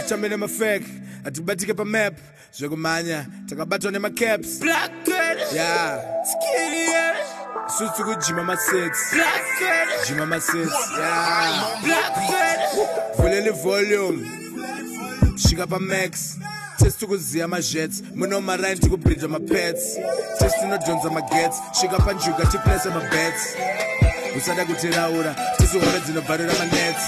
ndichamele mafek atibatike pamap zvekumhanya takabatwa nemacaps ya sutsu kujima masets jima masets ya vuleli volume svika pamax testi kuziya mazhets muno maraini tikubridha mapets testi inodhonza magets svika panjuka tiplesa mabets usada kutiraura tisihove dzinobvarura manets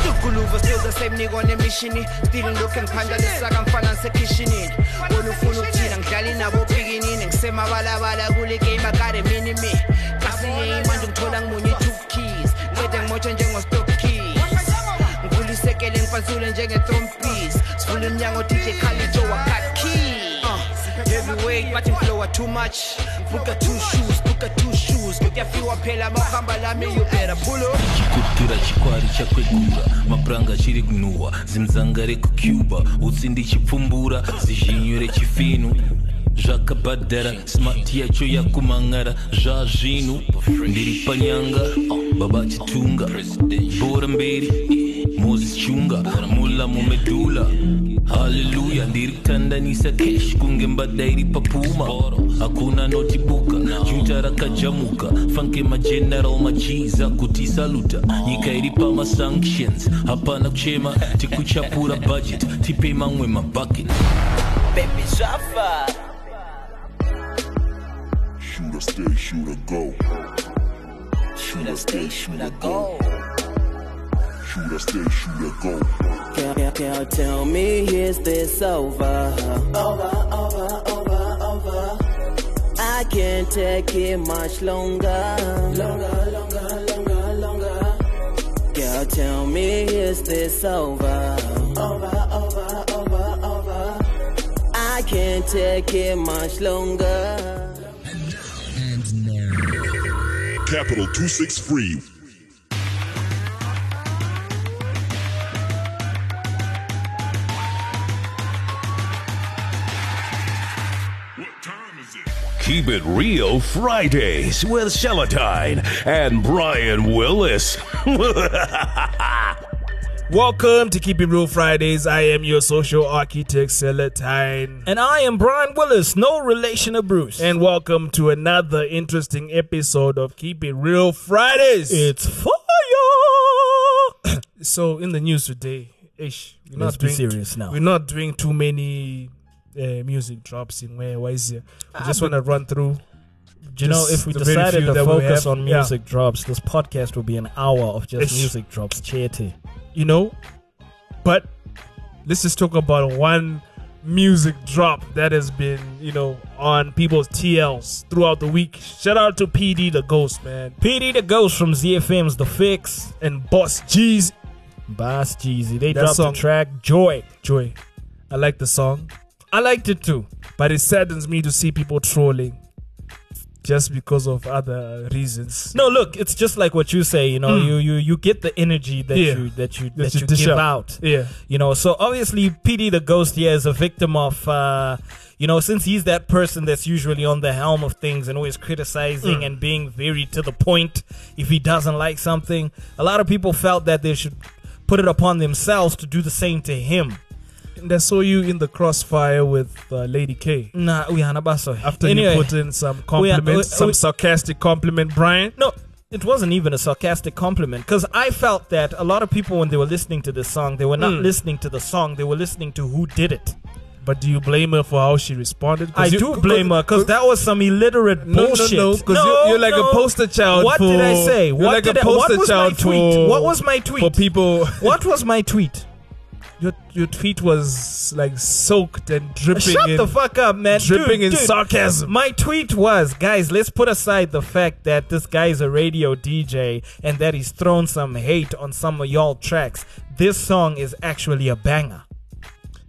Stukuluva still the same nigga on a mission Still looking panda lesaka mfana ngisekhishinini Wena ufuna ukuthina ngidlali nabo bhikinini Ngisemabalabala kule game akade mini me Kasiye manje ngithola ngimunye two keys Ngede ngimotsha njengo-stock keys Ngikulisekele ngifanzule njenge-throm piece Sivula iminyango DJ Khalid Joe wakat keys Uh, Heavyweight bathi ngiflowa too much Buka two shoes, buka two shoes Kuyafiwa phela mawuhamba lami you better pull up chikutira chikwari chakwegura mapuranga chiri kunhuhwa zimzanga rekucuba utsi ndichipfumbura zizhinyu rechifinu zvakabhadhara smati yacho yakumhan'ara zvazvinhu ndiri panyanga baba chitunga bhora mberi moses chunga mula mumedula haleluya ndiri kutandanisa kesh kunge mbada iri papuma hakuna notibuka junta rakajamuka fanke mageneral machiza kuti saluta nyika iri pamasanctions hapana kuchema tikuchapura budget tipe mamwe mabhaket baby Jaffa. Shoot a stay, shoot a go. Shoot a stay, shoot a go. Shoot a stay, shoot a go. Girl, girl, girl, tell me, is this over? Over, over, over, over. I can't take it much longer. Longer, longer, longer, longer. Girl, tell me, is this over? Over, over, over, over. I can't take it much longer. Capital 263. Keep it real Fridays with Celatine and Brian Willis. Welcome to Keep It Real Fridays. I am your social architect, Celatine. And I am Brian Willis, no relation of Bruce. And welcome to another interesting episode of Keep It Real Fridays. It's fire! so, in the news today, ish, we're Let's not be doing, serious now. We're not doing too many uh, music drops in where why is it? We just want to run through. Do Ah, you know, just if we the very decided few to that we focus have- on yeah. music drops, this podcast will be an hour of just Ish. music drops. Chete. you know. But let's just talk about one music drop that has been, you know, on people's TLs throughout the week. Shout out to PD the Ghost, man, PD the Ghost from ZFM's The Fix. and Boss G's Bass Jeezy. They That dropped song- the track Joy. Joy. I like the song. I liked it too, but it saddens me to see people trolling just because of other reasons. Hmm. No, look, it's just like what you say, you know, you, you you get the energy that Yeah. you that you That that, you you, dish give out. out. Yeah. You know, so obviously PD the Ghost here is a victim of uh you know, since he's that person that's usually on the helm of things and always criticizing Hmm. and being very to the point if he doesn't like something, a lot of people felt that they should put it upon themselves to do the same to him. And I saw you in the crossfire with uh, Lady K. Nah, uyahamba baso. After Anyway. you put in some we are- compliments, we- some we- sarcastic compliment, Brian. No, it wasn't even a sarcastic compliment because I felt that a lot of people, when they were listening to this song, they were not Mm. listening to the song, they were listening to who did it. But do you blame her for how she responded? 'Cause I you- do blame her because that was some illiterate No, no, bullshit. no, 'cause you're- you're like a poster child What did I for- say? you're What like a did I- what poster was child my tweet? for- what was my for tweet? people. what was my tweet? Your your tweet was like soaked and dripping. Shut in, the fuck up, man. dripping Dude, in dude. sarcasm. My tweet was, guys, let's put aside the fact that this guy is a radio DJ and that he's thrown some hate on some of y'all tracks. This song is actually a banger.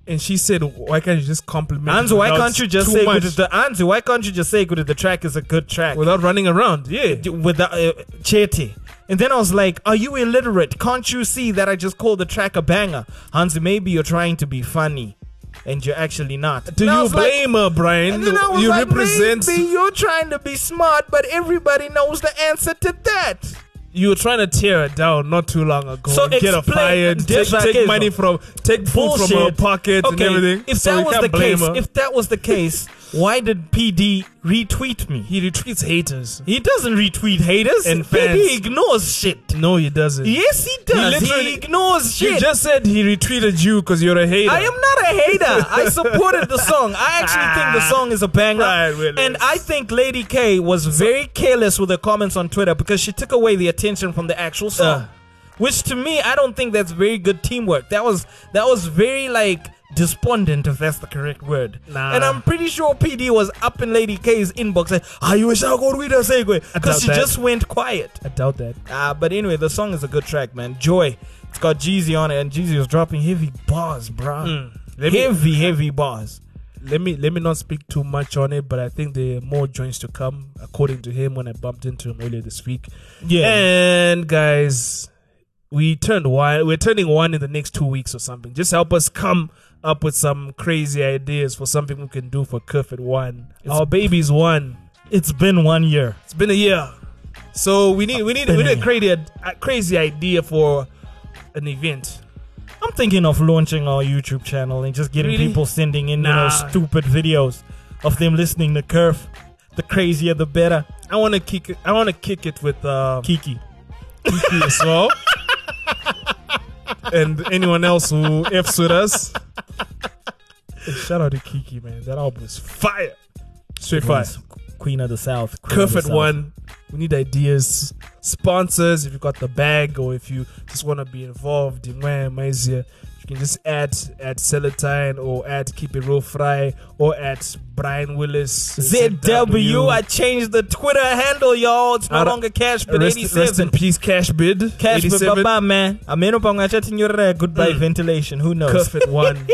And she said, "Why can't you just compliment?" Anzu, why without can't you just too say much, good is the Anzu, why can't you just say good is the track is a good track? without running around?" Yeah, D- with the uh, Cheti. And then I was like, are you illiterate? Can't you see that I just called the track a banger? Hansi, maybe you're trying to be funny and you're actually not. do And I you was like- blame her, Brian? and then I was you like, represent. maybe you're trying to be smart, but everybody knows the answer to that. you were trying to tear it down not too long ago. So and get her explain- fired, take, Deja take Kezo. money from, take food from her Bullshit. pocket and okay, everything. If So that you was can't the blame case, her. if that was the case, why did PD retweet me? He, he retreats haters. he doesn't retweet haters. And fans. PD ignores shit. No, he doesn't. Yes, he does. He, literally- ignores You shit. just said he retweeted you because you're a hater. I am not a hater. I supported the song. I actually think the song is a banger. Right, Willis. and I think Lady K was very careless with her comments on Twitter because she took away the attention from the actual song. Uh. Which to me, I don't think that's very good teamwork. That was that was very like despondent, if that's the correct word. Nah. And I'm pretty sure PD was up in Lady K's inbox like, "I wish I could read a segue," doubt because she that. just went quiet. I doubt that. Uh, but anyway, the song is a good track, man. Joy. It's got Jeezy on it, and Jeezy was dropping heavy bars, bro. Hmm. Let me- heavy, heavy bars. Let me let me not speak too much on it, but I think there are more joints to come, according to him. When I bumped into him earlier this week, Yeah. And guys, we turned one. We're turning one in the next two weeks or something. Just help us come up with some crazy ideas for something we can do for Kerf at one. Our baby's one. It's been one year. It's been a year, so we need we need we need a crazy a crazy idea for an event. I'm thinking of launching our YouTube channel and just getting Really? people sending in Nah. you know, stupid videos of them listening to Curve. The crazier, the better. I want to kick it, I want to kick it with um, Kiki. Kiki as well. and anyone else who f's with us. Shout out to Kiki, man. That album is fire. Straight fire. Yes, Queen of the South. Queen of the Curfed South. one. We need ideas, sponsors. If you got the bag, or if you just want to be involved in where am I here, you can just add at Celatine or at Keep It Real Fry or at Brian Willis ZW. I changed the Twitter handle, y'all. It's no Ara- longer cash, but rest, 87. rest in peace, Cash Bid. Cash with 87. Baba, man. Ameno pangachatin yore goodbye Mm. ventilation. Who knows? Cuffed one.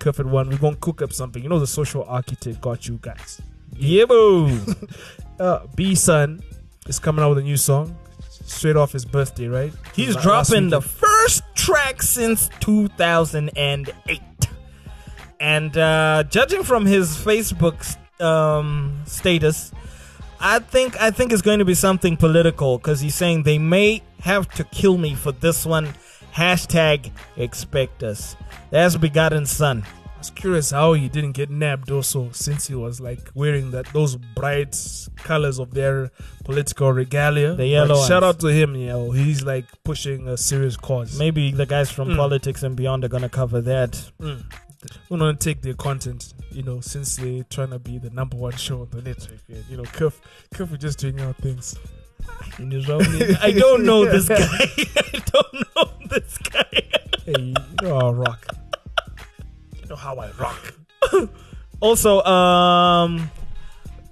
Cuffed one. We're gonna cook up something. You know the social architect got you guys. yeah, boo. Uh B Sun is coming out with a new song. Straight off his birthday, right? He's Like last dropping the weekend. first track since 2008. And uh, judging from his Facebook um, status, I think I think it's going to be something political because he's saying they may have to kill me for this one. Hashtag expect us. That's begotten son. I was curious how he didn't get nabbed also since he was like wearing that those bright colors of their political regalia. The yellow But shout ones. out to him, yo. He's like pushing a serious cause. Mm. Maybe the guys from politics and beyond are gonna cover that. we don't take their content, you know, since they're trying to be the number one show on the network. yeah. You know, Kerf, Kerf is just doing our things. In his own- I don't know this guy. I don't know this guy. Hey, you know how I rock. You know how I rock. Also, um,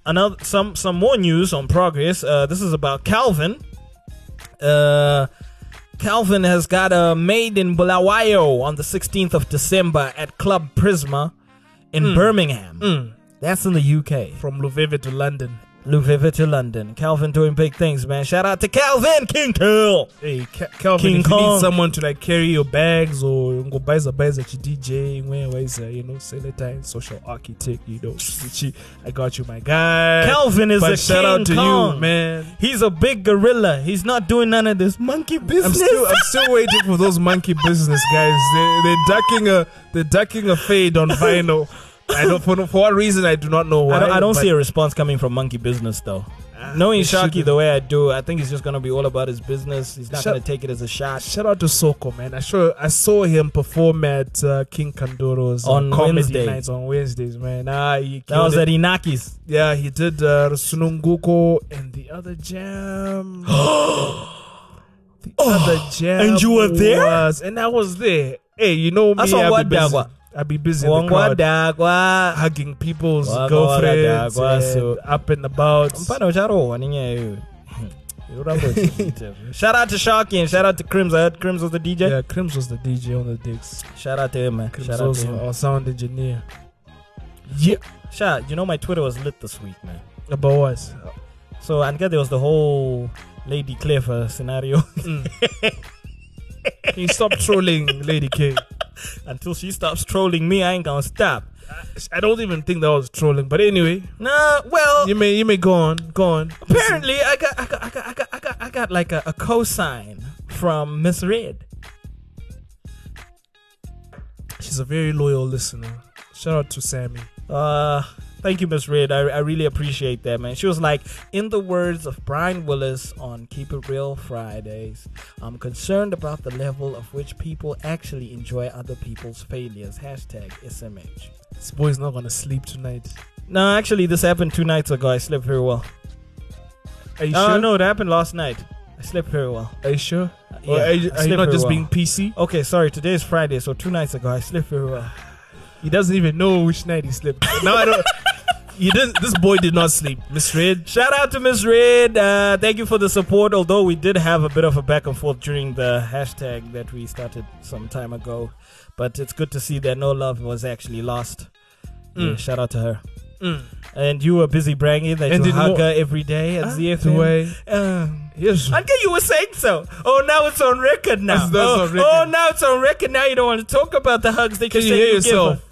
another some some more news on progress. Uh, this is about Calvin. Uh, Calvin has got a maid in Bulawayo on the 16th of December at Club Prisma in Birmingham. That's in the UK. Hmm. From Luveve to London. Luveva to London. Calvin doing big things, man. Shout out to Calvin King Curl. Hey, Ca- Calvin, King if you Kong. need someone to like carry your bags or go buy the bags that you DJ, where is uh, you know, Celetine, social architect, you know, Richie, I got you, my guy. Calvin is but a shout King out to Kong. you, man. He's a big gorilla. He's not doing none of this monkey business. I'm still, I'm still waiting for those monkey business guys. They, they're ducking a, they're ducking a fade on vinyl. I don't for, for what reason I do not know why. I don't, I don't but Ah, see a response coming from Monkey Business though. Knowing it Sharky shouldn't. the way I do, I think he's just gonna be all about his business. He's not Shut- gonna take it as a shot. Shout out to Soko, man. I sure I saw him perform at uh, King Kandoro's uh, On comedy Wednesday. nights on Wednesdays, man. Ah, he That was killed it. at Inaki's. Yeah, he did uh, Sununguko and the other jam. the other jam. Oh, and you were there? was- and I was there. Hey, you know me. I saw I'll be busy. Wadagwa. I'll be busy in the crowd, Wangwadagwa. hugging people's Wagwa, girlfriends, Wadagwa, and so- up and about. Mfana ucharohwa nenyayo. Yoramba uchiita. Shout out to Sharky and shout out to Crims. I heard Crims was the DJ. Yeah, Crims was the DJ on the digs. Shout out to him, man. Crims shout out to also him. our sound engineer. Yeah, Shout, you know my Twitter was lit this week, man. about what? So I guess there was the whole Lady Clever scenario Can you stop Mm. trolling Lady K? until she stops trolling me. I ain't gonna stop. I don't even think that was trolling, but anyway, Nah, well, you may you may go on, go on. apparently I got, I got, I got, I got, I got, I got like a, a cosign from Miss Red. She's a very loyal listener. Shout out to Sammy. Uh, thank you, Miss Red. I, I really appreciate that, man. She was like, in the words of Brian Willis on Keep It Real Fridays, I'm concerned about the level of which people actually enjoy other people's failures. Hashtag SMH. This boy's not gonna sleep tonight. No, actually, this happened two nights ago. I slept very well. Are you Oh, sure? no, it happened last night. I slept very well. Uh, Are you sure? yeah, or are I you, are you slept not very just well. being PC? Okay, sorry. Today is Friday, so two nights ago I slept very well. He doesn't even know which night he slept. no, I don't. He didn't, this boy did not sleep. Miss Red. Shout out to Miss Red. Uh, thank you for the support. Although we did have a bit of a back and forth during the hashtag that we started some time ago, but it's good to see that no love was actually lost. Mm. Yeah, shout out to her. Mm. And you were busy bragging that And you did hug more- her every day at ZFM. The way. Um, Yes. Uncle, you were saying so. Oh, now it's on record now. That's- that's oh, on record. oh, now it's on record. Now you don't want to talk about the hugs that Can you you said hear you yourself? Gave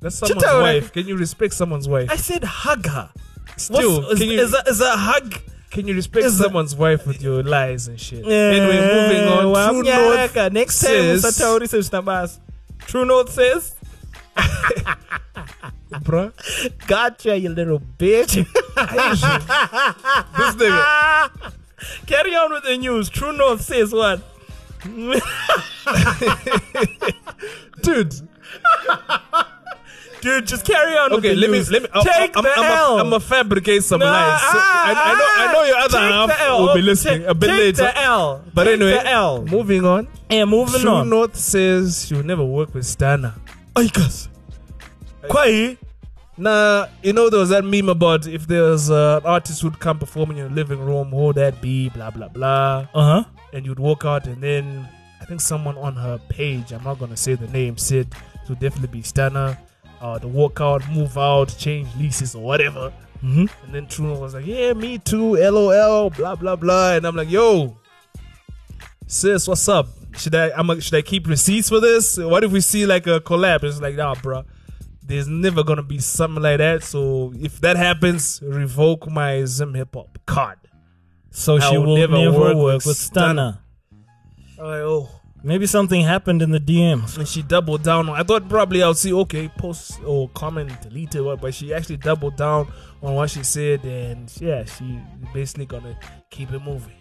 That's Chita, someone's like- wife. Can you respect someone's wife? her. I said hug her. Still, What's- is, can you- is, a, is a hug? Can you respect Is that- someone's wife with your lies and shit? anyway, moving on. Well, True yeah, North okay. Next time, says- usatauri sezvinabasa. True North says, bruh. "Gotcha, you little bitch." This nigga. Carry on with the news. True North says what? Dude. Dude, just carry on. Okay, with the let me news. let me. take I'm, the I'm, L. I'm, a fabricate some No, lies. So ah, I, I know I know your other take half the L. will be Oh, listening take, a bit take later. The L. But Take anyway, the L. moving on. And moving True on. North says you'll never work with Stana. Aikas. Kwai. Nah, you know there was that meme about if there's uh, an artist who'd come perform in your living room, who would that be? Blah blah blah. Uh huh. and you'd walk out and then I think someone on her page, I'm not gonna say the name, said it would definitely be Stana. Uh, to walk out, move out, change leases or whatever. Mhm. And then Truno was like, "Yeah, me too. LOL. Blah blah blah." And I'm like, "Yo, sis, what's up? Should I? I'm like, should I keep receipts for this? What if we see like a collab? It's like, nah, bruh. There's never gonna be something like that. So if that happens, revoke my Zim Hip Hop card. So I she will will never never, work work, with with Stunna. Stunna. I'm like, oh. Maybe something happened in the DMs. And she doubled down. on- I thought probably I'll see okay post or comment deleted, what, but she actually doubled down on what she said, and yeah, she basically gonna keep it moving.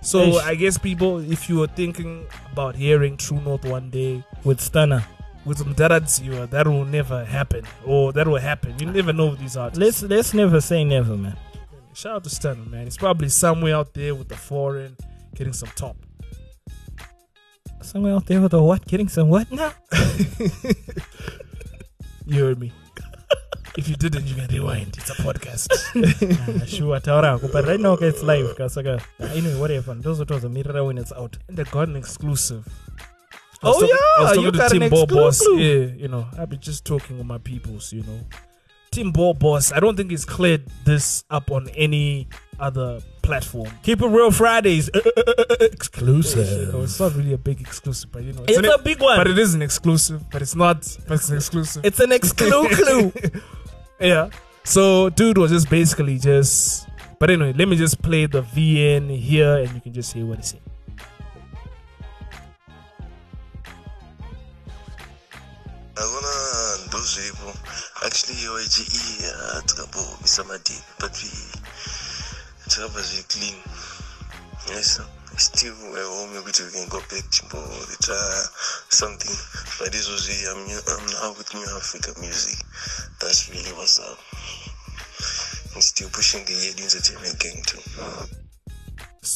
So Ish. I guess people, if you were thinking about hearing True North one day With Stunna. with some dads, you are- that will never happen, or that will happen. You never know with these artists. Let's let's never say never, man. Shout out to Stan, man. He's probably somewhere out there with the foreign, getting some top. Somewhere out there with a what? Getting some what now? You heard me. if you didn't, you can rewind. It's a podcast. Ah, sure, taurako. But right now, okay, it's live. Kasaka. Anyway, whatever. Those are the mirror when it's out. And they got an exclusive. Oh, I was talking- I yeah, you was talking to got an Tim Ball Boss. exclusive. Yeah, you know, I've been just talking with my peoples. You know, Tim Ball Boss. I don't think he's cleared this up on any other platform. Keep it real Fridays. You know, Exclusive. it's not really a big exclusive, but you know, It's an- a big one. but it is an exclusive. But it's not. But it's an exclusive. It's an exclusive. yeah. So dude was just basically just. But anyway, let me just play the VN here, and you can just hear what he said. akuna ndozvepo actually wge uh, takambomisa madhini but we takabva zviri clean yes still we're home yekuti we can go back timboita something but izvozvi I'm, new- i'm now with new africa music that's really what's up and still pushing the yedu entertainment gang too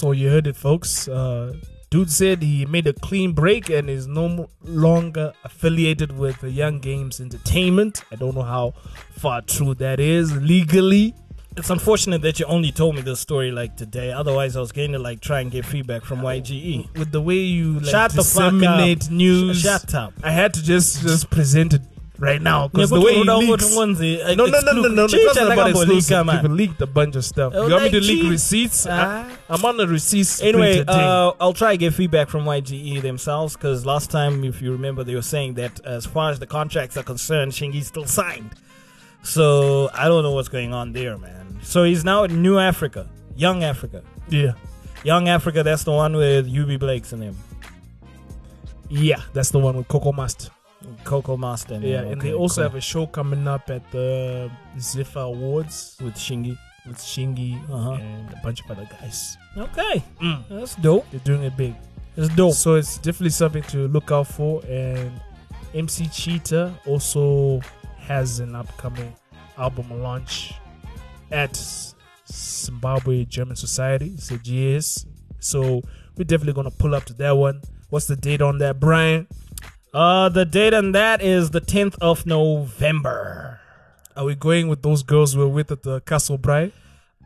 So you heard it, folks. Uh, dude said he made a clean break and is no mo- longer affiliated with the Young Games Entertainment. I don't know how far true that is legally. It's unfortunate that you only told me this story like today. Otherwise, I was going to like try and get feedback from YGE. With the way you like, Shut the fuck up. disseminate news, Sh- shut up. I had to just just present it right now because the way he leaks. No, no, no, no, no, no. It's not about exclusive. People leaked a bunch of stuff. Oh, You want me like to leak cheap. receipts? I, Ah. I'm on a receipts. Anyway, printed thing. uh, I'll try to get feedback from YGE themselves because last time, if you remember, they were saying that as far as the contracts are concerned, Shingi's still signed. So I don't know what's going on there, man. So he's now at New Africa, Young Africa. yeah. Young Africa, that's the one with UB Blakes and them. Yeah, that's the one with Coco Must. Coco Master. And Yeah, them. and Okay, they also cool. have a show coming up at the Ziffa Awards with Shingy. with Shingy Uh-huh. and a bunch of other guys. Mm. Okay, that's dope. They're doing it big. That's dope. So it's definitely something to look out for. And MC Cheetah also has an upcoming album launch at S- Zimbabwe German Society, ZGS. So we're definitely going to pull up to that one. What's the date on that, Brian? Uh, the date on that is the 10th of November. Are we going with those girls we were with at the Castle Brian?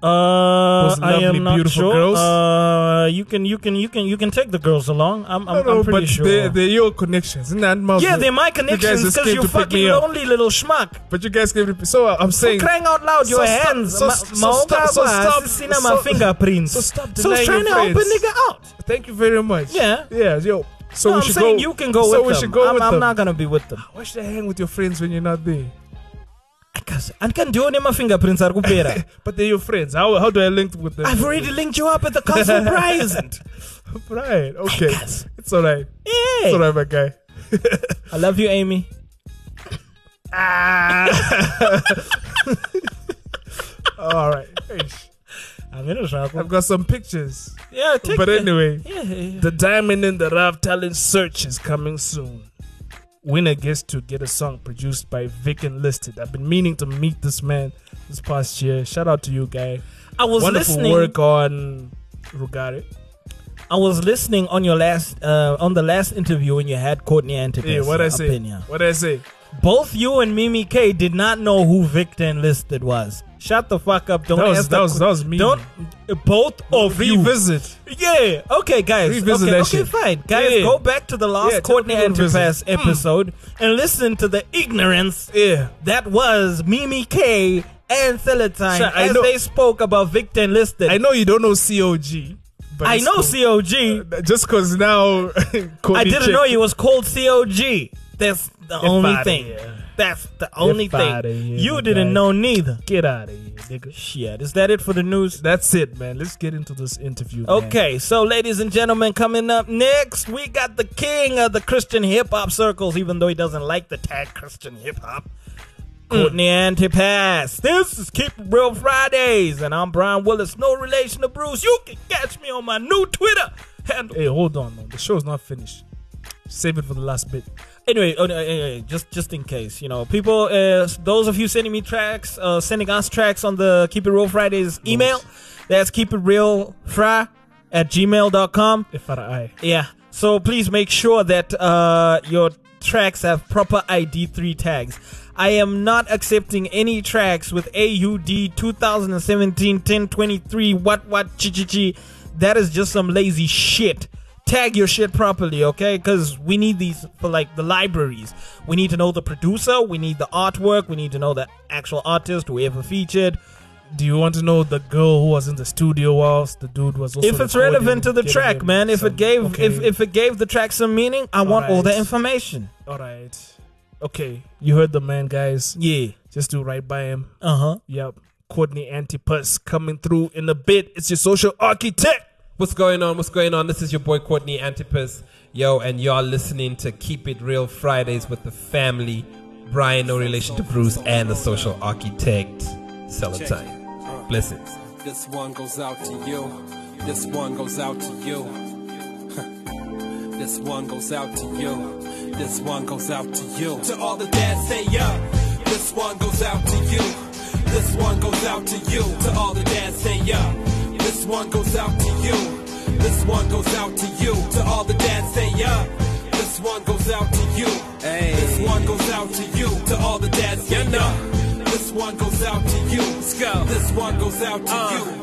Uh, Those I lovely, am not beautiful sure. girls. Uh, you can you can you can you can take the girls along. I'm I'm, I'm pretty but sure. they're, they're your connections. Isn't that Malzo? yeah, they're my You connections guys just because came you to pick fucking me up. lonely little schmuck. But you guys came to. So I'm For saying. crying out loud, your So stop- hands. so ma- st- so stop- so maokaba stop- hasisina so- ma fingerprints. so stop So denying trying to your help a friends. nigga out. Thank you very much. Yeah. Yeah, yo. So no, we I'm should saying go. you can go so with we them. should go I'm, with I'm them. not gonna be with them. Why should I hang with your friends when you're not there? Because I can't do any my fingerprints are kupera. But they're your friends. How, how do I link with them? I've already linked you up at the council present. Right. Okay. Yes. It's all right. Hey, It's all right, my guy. I love you, Amy. Ah. All right. Eish. I'm in a I've struggle. got some pictures. Yeah, take But the- anyway, Yeah, yeah. the Diamond in the Rough Talent Search is coming soon. Winner gets to get a song produced by Vic and Listed. I've been meaning to meet this man this past year. Shout out to you, guy. I was Wonderful listening. work on Rugare. I was listening on your last uh, on the last interview when you had Courtney Antipas. uh, Yeah, what I up say? in here. What I say? Both you and Mimi K did not know who Victor Enlisted was. Shut the fuck up! Don't That was- ask that was- que- that was Mimi. Don't both of you. Revisit. Yeah. Okay, guys. Revisit okay, that okay shit. fine. Guys, Yeah. go back to the last Yeah, tell Courtney people to Antipas revisit. Hmm. episode and listen to the ignorance Yeah. that was Mimi K and Celatine Sure, I as know- they spoke about Victor Enlisted. I know you don't know COG. But I it's know cool. Uh, COG. Just because now. I didn't know you was called COG. That's the only outta thing. here. That's the only thing. outta here, you my didn't guy. know neither. Get out of here, nigga. Shit, is that it for the news? That's it, man. Let's get into this interview. man. Okay, so ladies and gentlemen, coming up next, we got the king of the Christian hip hop circles, even though he doesn't like the tag Christian hip hop. Courtney Antipas. This is Keep It Real Fridays, and I'm Brian Willis, no relation to Bruce. You can catch me on my new Twitter handle. Hey, hold on, man. The show's not finished. Save it for the last bit. anyway, oh, no, anyway, just just in case, you know, people, uh, those of you sending me tracks, uh, sending us tracks on the Keep It Real Fridays email, that's keep it real fry at gmail.com. If I I. Yeah. So please make sure that uh, your tracks have proper ID3 tags. I am not accepting any tracks with AUD 2017 1023 what what chi chi chi. That is just some lazy shit. Tag your shit properly, okay? Because we need these for like the libraries. We need to know the producer, we need the artwork, we need to know the actual artist, whoever featured. Do you want to know the girl who was in the studio whilst the dude was also if it's recording, relevant to the giving track, him man, if some- it gave okay. if, if it gave the track some meaning, I want all the Alright. information. All right. Okay. You heard the man, guys. Yeah. Just do right by him. Uh huh. Yep. Courtney Antipas coming through in a bit. It's your social architect. What's going on? What's going on? This is your boy Courtney Antipas. Yo, and you are listening to Keep It Real Fridays with the family. Brian, no relation to Bruce, and the social architect, Celatine. Blessings. This one goes out to you. This one goes out to you. This one goes out to you. This one goes out to you. To all the dads, say yo. This one goes out to you. This one goes out to you. To all the dads, say yo. This one goes out to you. This one goes out to you. To all the dads, say yo. This one goes out to you. This one goes out to you. To all the dads, say yo. This one goes out to you. Let's go. This one goes out to you. Uh,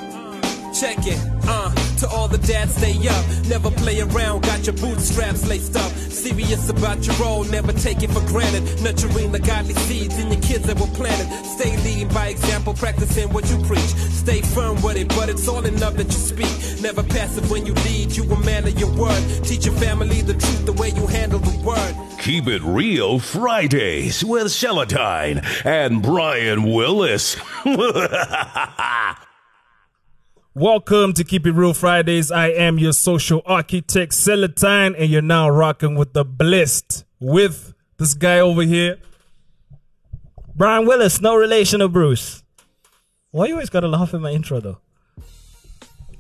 Check it, uh. To all the dads, stay up. Never play around, got your bootstraps laced up. Serious about your role, never take it for granted. Nurturing the godly seeds in your kids that were planted. Stay leading by example, practicing what you preach. Stay firm with it, but it's all in love that you speak. Never passive when you lead, you a man of your word. Teach your family the truth, the way you handle the word. Keep It Real Fridays with Celatine and Brian Willis. Welcome to Keep It Real Fridays. I am your social architect, Celatine, and you're now rocking with the blessed with this guy over here. Brian Willis, no relation to Bruce. Why you always gotta laugh at my intro though?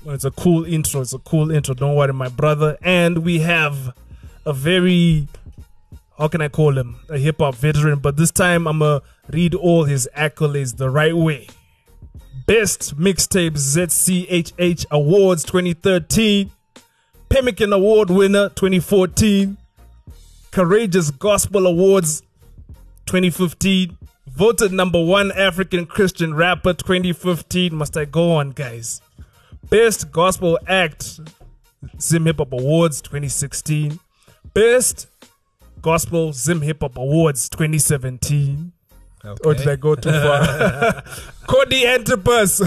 Well, It's a cool intro. It's a cool intro. Don't worry, my brother. And we have a very, how can I call him? A hip hop veteran. But this time I'm going to read all his accolades the right way. Best Mixtape ZCHH Awards 2013. Pemmican Award winner 2014. Courageous Gospel Awards 2015. Voted number one African Christian rapper 2015. Must I go on, guys? Best Gospel Act Zim Hip Hop Awards 2016. Best Gospel Zim Hip Hop Awards 2017. Or did I go too far? Cody Antipas.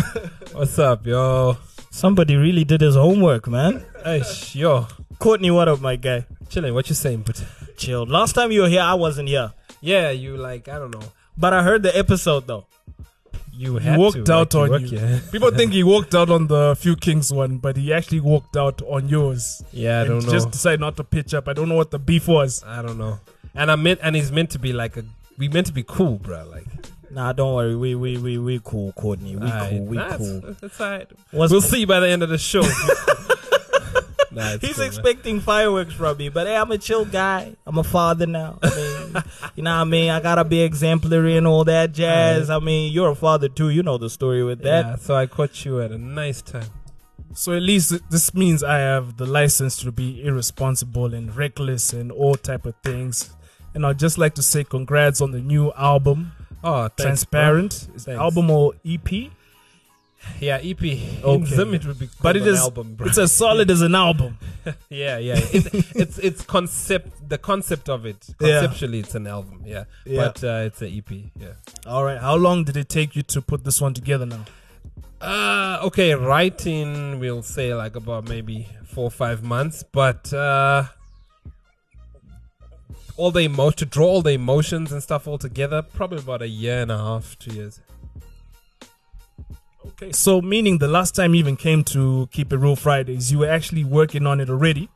What's up, yo? Somebody really did his homework, man. Hey, yo. Courtney, what up, my guy? Chilling, what you saying, but Chill. Last time you were here, I wasn't here. Yeah, you like, I don't know. But I heard the episode though. You He had walked to, out like, on work, you. yeah. People think he walked out on the Few Kings one, but he actually walked out on yours. Yeah, I And don't know. Just decided not to pitch up. I don't know what the beef was. I don't know. And I meant, and he's meant to be like a, we meant to be cool, bro. Like, Nah, don't worry. We we we we cool, Courtney. We Aight, cool. We nah, it's- cool. It's alright. What's- we'll see by the end of the show. Nah, it's He's cool, man. expecting fireworks from me, but hey, I'm a chill guy. I'm a father now. I mean, you know what I mean? I gotta be exemplary and all that jazz. I mean, you're a father too. You know the story with that. Yeah, so I caught you at a nice time. So at least this means I have the license to be irresponsible and reckless and all type of things. And I'd just like to say congrats on the new album, Oh, thanks, Transparent. bro. Is the Thanks. album or EP? Yeah, E EP. In Okay. Zim, it would be But called it an is album, bro. it's as solid as an album. yeah, yeah. It's, it's it's concept the concept of it. Yeah. Conceptually, it's an album. Yeah, Yeah. but uh, it's an EP. Yeah. All right, how long did it take you to put this one together now? Uh, okay, writing we'll say like about maybe four or five months, but uh, all the emotion to draw all the emotions and stuff all together, probably about a year and a half, two years. Okay, so meaning the last time you even came to Keep It Real Fridays, you were actually working on it already.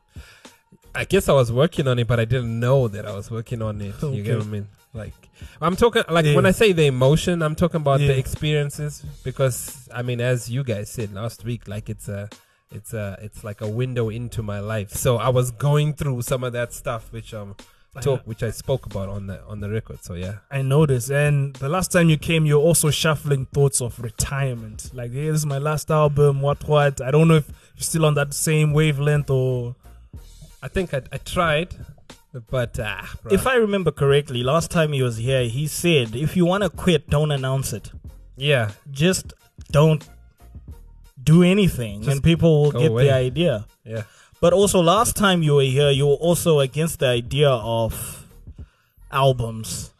I guess I was working on it, but I didn't know that I was working on it. You get Okay. what I mean? Like I'm talking like Yeah. when I say the emotion, I'm talking about Yeah. the experiences because I mean, as you guys said last week, like it's a it's a it's like a window into my life. So I was going through some of that stuff which um Uh-huh. talk which I spoke about on the on the record. So yeah. I noticed. And the last time you came, you're also shuffling thoughts of retirement. Like, hey, this is my last album, what, what. I don't know if you're still on that same wavelength or. I think I, I tried, but ah, bruh. If I remember correctly, last time he was here, he said, "If you wanna quit, don't announce it. yeah, Just don't do anything, and people will go get away." the idea." yeah. But also, last time you were here, you were also against the idea of albums.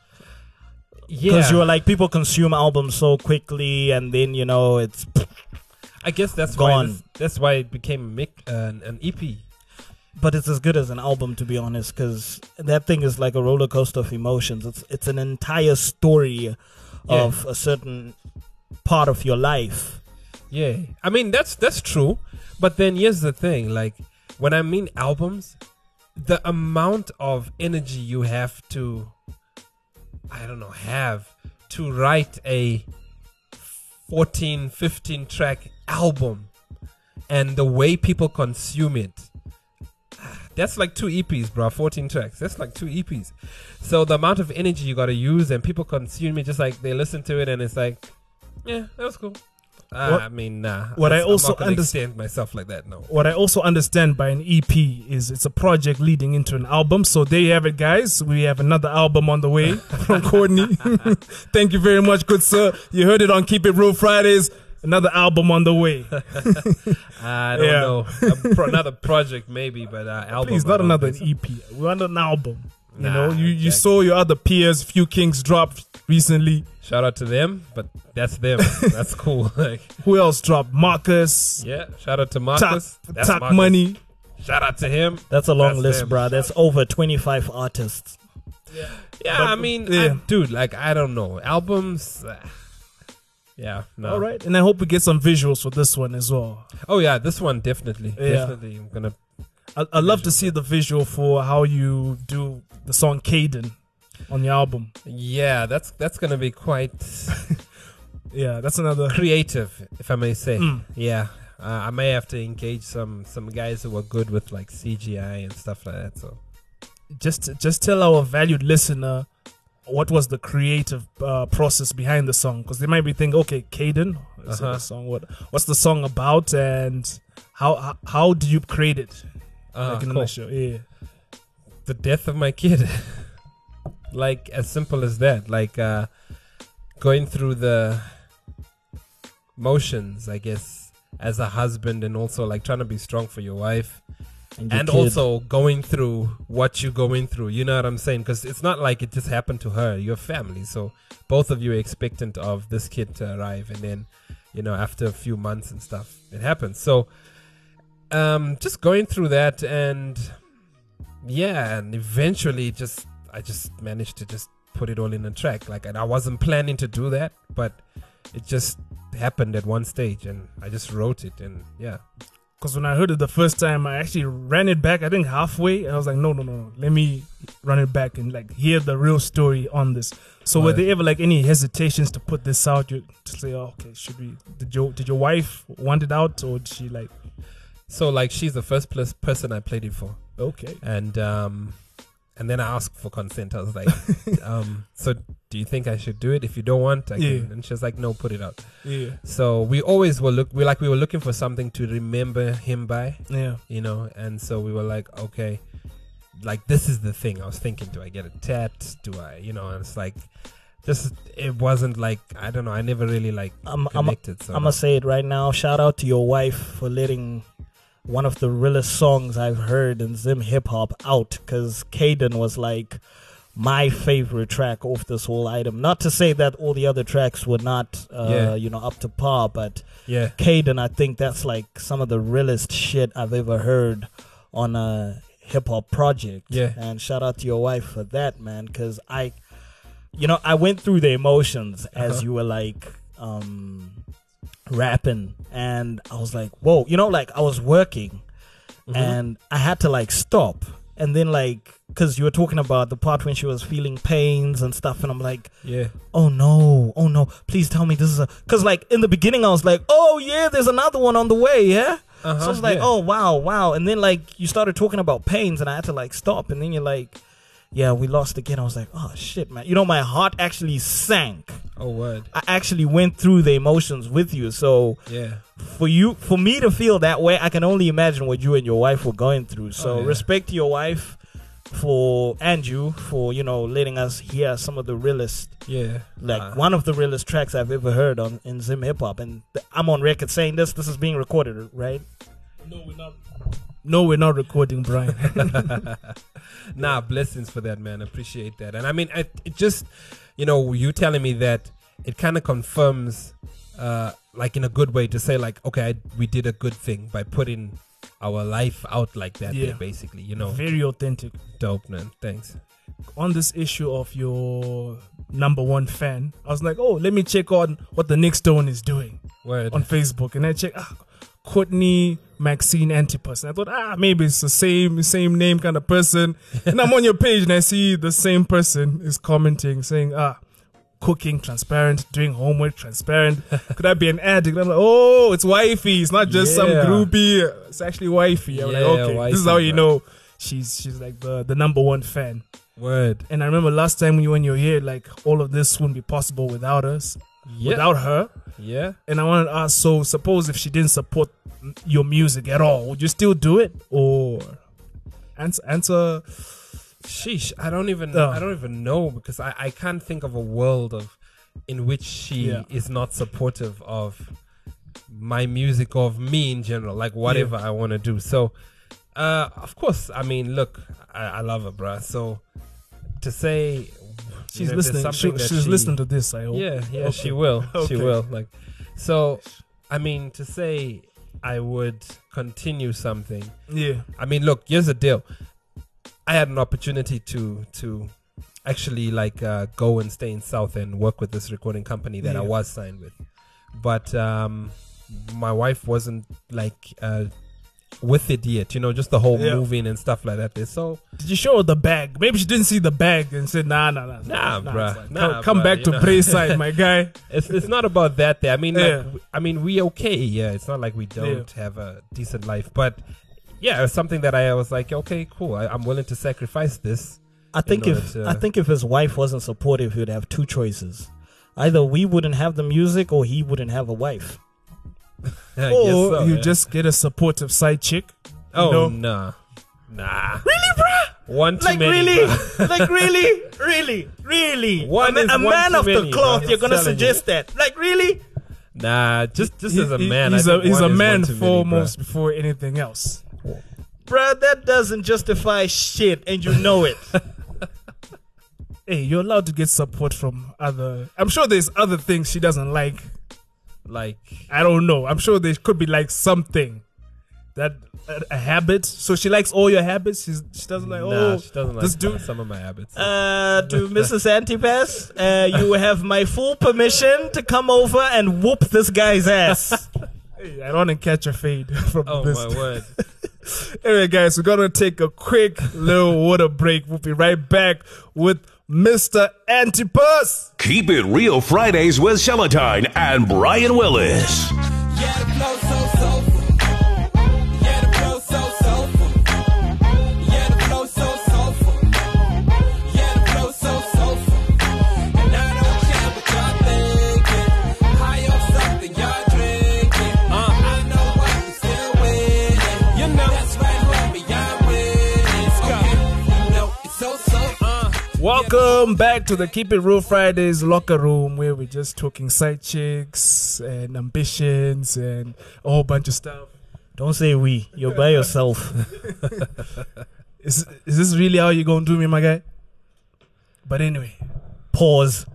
Because Yeah. you were like, people consume albums so quickly, and then, you know, it's. I guess that's why Gone. this, that's why it became a mic, uh, an, an EP. But it's as good as an album, to be honest, because that thing is like a roller coaster of emotions. It's, it's an entire story of a certain part of your life. Yeah, I mean that's that's true, but then here's the thing: like when I mean albums, the amount of energy you have to, I don't know, have to write a 14, 15 track album, and the way people consume it. Ah, That's like two E EPs, bro. 14 tracks. That's like two EPs. So the amount of energy you gotta use, and people consume it just like they listen to it, and it's like, yeah, that was cool. Uh, What- I mean, nah. what I I'm not also gonna underst- extend myself like that. No. What I also understand by an EP is it's a project leading into an album. So there you have it, guys. We have another album on the way from Courtney. Thank you very much, good sir. You heard it on Keep It Real Fridays. Another album on the way. I don't Yeah. know. A pro- another project maybe, but uh, album. Please, I not don't another think so. EP. We want an album. You Nah, know, you, you exactly. saw your other peers, Few Kings dropped recently. Shout out to them, but that's them. that's cool. Like, Who else dropped? Marcus, yeah. Shout out to Tuck, Marcus. That's Tuck Marcus. Money. Shout out to him. That's a long That's list, them. bruh. That's over 25 artists. Yeah, I mean, I- yeah. dude, like I don't know. Albums. uh, Yeah. No. All right. And I hope we get some visuals for this one as well. Oh yeah, this one definitely. Yeah. Definitely, I'm gonna. I, I love to see the visual for how you do the song Caden on the album. Yeah, that's that's gonna be quite. yeah, that's another creative, if I may say. Mm. Yeah, uh, I may have to engage some some guys who are good with like CGI and stuff like that. So Just just tell our valued listener what was the creative uh, process behind the song because they might be thinking, okay, Caden, is it Uh-huh. a song? What what's the song about and how how, how do you create it? Ah, Like in the cool. show, yeah. the death of my kid. like as simple as that. Like uh going through the motions, I guess, as a husband and also like trying to be strong for your wife. And And, your kid. also going through what you're going through. You know what I'm saying? Because it's not like it just happened to her. Your family. So both of you are expectant of this kid to arrive. And then, you know, after a few months and stuff, it happens. So um, just going through that and yeah and eventually just i just managed to just put it all in a track like and i wasn't planning to do that but it just happened at one stage and i just wrote it and yeah Because when I heard it the first time, I actually ran it back, I think halfway, and I was like, no, no, no, no, let me run it back and like hear the real story on this. So, were Right. there ever like any hesitations to put this out? You to say, oh, okay, should we? Did your did your wife want it out, or did she like? so like she's the first plus person i played it for Okay. and um and then i asked for consent i was like um so do you think i should do it if you don't want i Yeah. can and she was like no put it out Yeah. so we always were look we like we were looking for something to remember him by Yeah. you know and so we were like okay like this is the thing i was thinking do i get a tat do i you know and it's like just it wasn't like i don't know i never really like I'm, I'm, connected so I'm gonna say it right now. Shout out to your wife for letting one of the realest songs I've heard in Zim hip hop out because Caden was like my favorite track off this whole item. Not to say that all the other tracks were not, uh, Yeah. you know, up to par, but Yeah. Caden, I think that's like some of the realest shit I've ever heard on a hip hop project. Yeah. And shout out to your wife for that, man, because I, you know, I went through the emotions as Uh-huh. you were like um, rapping, and I was like, whoa, you know, like I was working, Mhm. and I had to like stop, and then like, because you were talking about the part when she was feeling pains and stuff, and I'm like, yeah oh no, oh no, please tell me this is a. Because, like, in the beginning, I was like, oh yeah, there's another one on the way, yeah? Uh-huh, so I was like, yeah. oh wow, wow. And then, like, you started talking about pains, and I had to, like, stop. And then you're like, yeah, we lost again. I was like, oh shit, man. You know, my heart actually sank. oh word I actually went through the emotions with you. So, yeah for you for me to feel that way i can only imagine what you and your wife were going through so Oh, yeah. respect to your wife for and you for you know letting us hear some of the realest yeah like Uh, one of the realest tracks i've ever heard on in zim hip hop and th- i'm on record saying this this is being recorded right No, we're not. No, we're not recording, Brian. nah blessings for that man appreciate that and i mean I, it just you know you telling me that it kind of confirms uh like in a good way to say like okay I, we did a good thing by putting our life out like that Yeah. there, basically you know Very authentic. dope man thanks on this issue of your number one fan, I was like, oh, let me check on what the Nick Stone is doing Word. on Facebook, and I check ah, Courtney Maxine Antipas, and I thought, ah, maybe it's the same same name kind of person. and I'm on your page, and I see the same person is commenting saying, ah. Cooking transparent, doing homework transparent. Could I be an addict? And I'm like, oh, it's wifey. It's not just some Yeah. groupie. It's actually wifey. I'm Yeah, like, okay, this is wifey, how you bro. know she's she's like the the number one fan. Word. And I remember last time when you when you were here, like all of this wouldn't be possible without us, Yeah. without her. Yeah. And I wanted to ask, so suppose if she didn't support m- your music at all, would you still do it? Or answer, answer Sheesh. I don't even. Oh. I don't even know because I, I can't think of a world of in which she Yeah. is not supportive of my music or of me in general. Like whatever I want to do. So, uh, of course. I mean, look, I, I love her, bruh. So to say you she's know, if there's listening. She, something that she's she- listening to this. I hope. Yeah, yeah, Okay. she will. Okay. She will. Like, so, I mean, to say I would continue something. Yeah. I mean, look, here's the deal. I had an opportunity to to actually like uh, go and stay in South and work with this recording company that I Yeah. was signed with. but um, my wife wasn't like uh, with it yet. You know, just the whole Yeah. moving and stuff like that. It's so Did you show her the bag? Maybe she didn't see the bag and said, nah, nah, nah. Nah, bruh. it's like, Nah, come come bruh, back you to know. Brayside, my guy. it's it's not about that. There, I mean, like, Yeah. w- I mean, we okay. Yeah, it's not like we don't have a decent life, but yeah, it's something that I was like, okay, cool. I, I'm willing to sacrifice this. I in think order if to- I think if his wife wasn't supportive, he'd have two choices: either we wouldn't have the music, or he wouldn't have a wife. I or guess so, you yeah. just get a supportive side chick. you oh know? nah, nah, Really, bruh? one too Like many. really? bruh. like really? Really? Really? One a ma- is a one man too of the many, cloth, bruh. you're gonna I'm telling you. suggest that? Like really? nah, just just as a He- man, I he's a, think he's one a is one man too many, bruh. foremost before anything else. Bruh, that doesn't justify shit, and you know it. Hey, you're allowed to get support from other. I'm sure there's other things she doesn't like. Like I don't know. I'm sure there could be like something that a, a habit. So she likes all your habits. She's, she doesn't like. Nah, oh, she doesn't like this dude. some of my habits. Uh, to Mrs. Antipas, uh, you have my full permission to come over and whoop this guy's ass. Hey, I don't want to catch a fade from oh this. my word! Anyway, guys, we're gonna take a quick little water break. We'll be right back with Mr. Antipas. Keep it real Fridays with Celatine and Brian Willis. Yeah, the flow so soulful. Yeah, the flow so soulful. Yeah, the flow so soulful. Yeah, the flow so soulful. And I don't care what y'all thinking. High off something y'all drinking. Uh, I know I can still win it. You know that's right, homie, I'm winning. Okay, you know it's so soulful. Uh, Welcome back to the Keep It Real Fridays locker room where we're just talking side chicks and ambitions and a whole bunch of stuff. Don't say we. You're by yourself. Is is this really how you gonna do me, my guy? But anyway, Pause.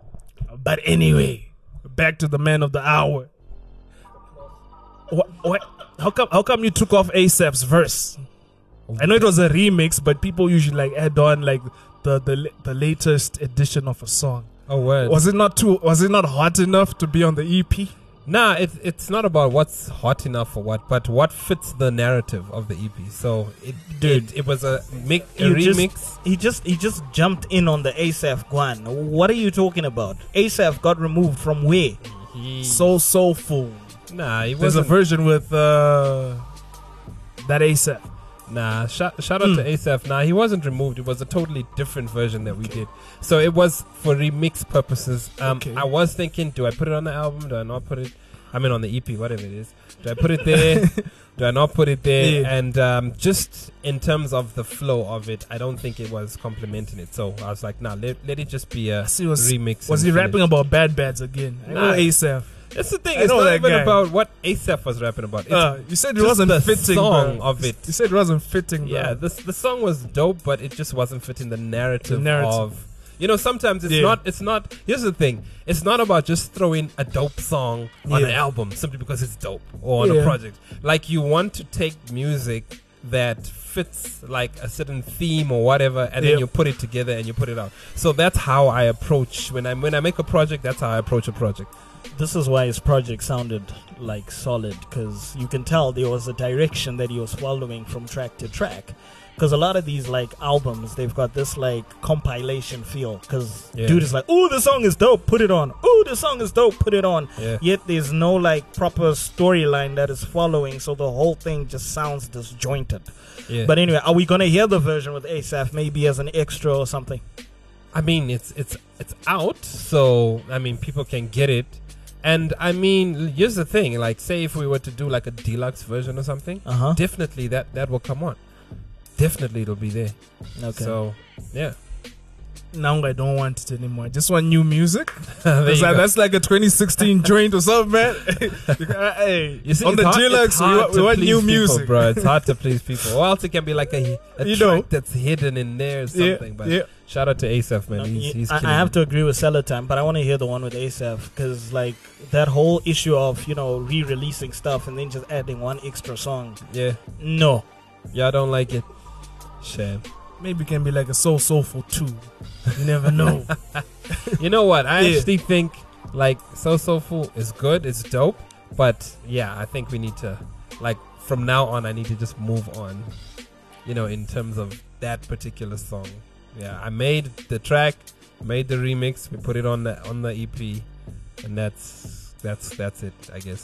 but anyway, back to the man of the hour. What? what how come? How come you took off ASAP's verse? I know it was a remix, but people usually like add on like the the, the latest edition of a song. Oh word! Was it not too? Was it not hot enough to be on the E EP? Nah, it's it's not about what's hot enough or what, but what fits the narrative of E the EP. So it dude, it, it was a mix, a You remix. Just, he just he just jumped in on the ASAP Guan. What are you talking about? ASAP got removed from where? He- So soulful. nah, it was There's a version with uh, that ASAP. Nah, shout, shout out Hmm. to ASAP. Nah, he wasn't removed. It was a totally different version that we did. So it was for remix purposes. Um, Okay. I was thinking, do I put it on the album? Do I not put it? I mean, on the EP, whatever it is. Do I put it there? do I not put it there? Yeah. And um, just in terms of the flow of it, I don't think it was complementing it. So I was like, nah, let, let it just be a See, was- remix. Was and he finish. rapping about bad bads again? I know Nah. ASAP. That's the thing. I It's know not that even guy. about what ASAP was rapping about. It's Uh, you said it just wasn't the fitting. song bro. of it. You said it wasn't fitting. Bro. Yeah, this the song was dope, but it just wasn't fitting the narrative, The narrative. of. You know, sometimes it's Yeah. not. It's not. Here's the thing: it's not about just throwing a dope song on Yeah. an album simply because it's dope or on Yeah. a project. Like you want to take music that fits like a certain theme or whatever, and Yeah. then you put it together and you put it out. So that's how I approach when I when I make a project. That's how I approach a project. This is why his project sounded like solid because you can tell there was a direction that he was following from track to track. Because a lot of these like albums, they've got this like compilation feel. Because Yeah. dude is like, "Ooh, the song is dope, put it on. Ooh, the song is dope, put it on." Yeah. Yet there's no like proper storyline that is following, so the whole thing just sounds disjointed. Yeah. But anyway, are we gonna hear the version with ASAP maybe as an extra or something? I mean, it's it's it's out, so I mean, people can get it. And I mean, here's the thing: like, say if we were to do like a deluxe version or something, Uh huh. definitely that that will come on. Definitely, it'll be there. Okay. So, yeah, Now I don't want it anymore. I just want new music. There That's you like, go. that's like a 2016 joint or something, man. You got- hey, You see, on it's the hard- it's deluxe, we hard want, we to want please new people, music, bro. It's hard to please people. Or else it can be like a, a You track know. that's hidden in there or Yeah, something. but yeah. shout out to Asaf, man. No, he's, you- he's I, killing I have it. to agree with Celotan, but I want to hear the one with ASAP because, like, that whole issue of you know re-releasing stuff and then just adding one extra song. Yeah, No, y'all don't like it. Shame. Maybe it can be like a soul soulful too. You never know. You know what? I Yeah. actually think Like So Soulful is good, it's dope, but yeah, I think we need to like from now on I need to just move on. You know, in terms of that particular song. Yeah, I made the track, made the remix, we put it on the on the EP, and that's that's that's it, I guess.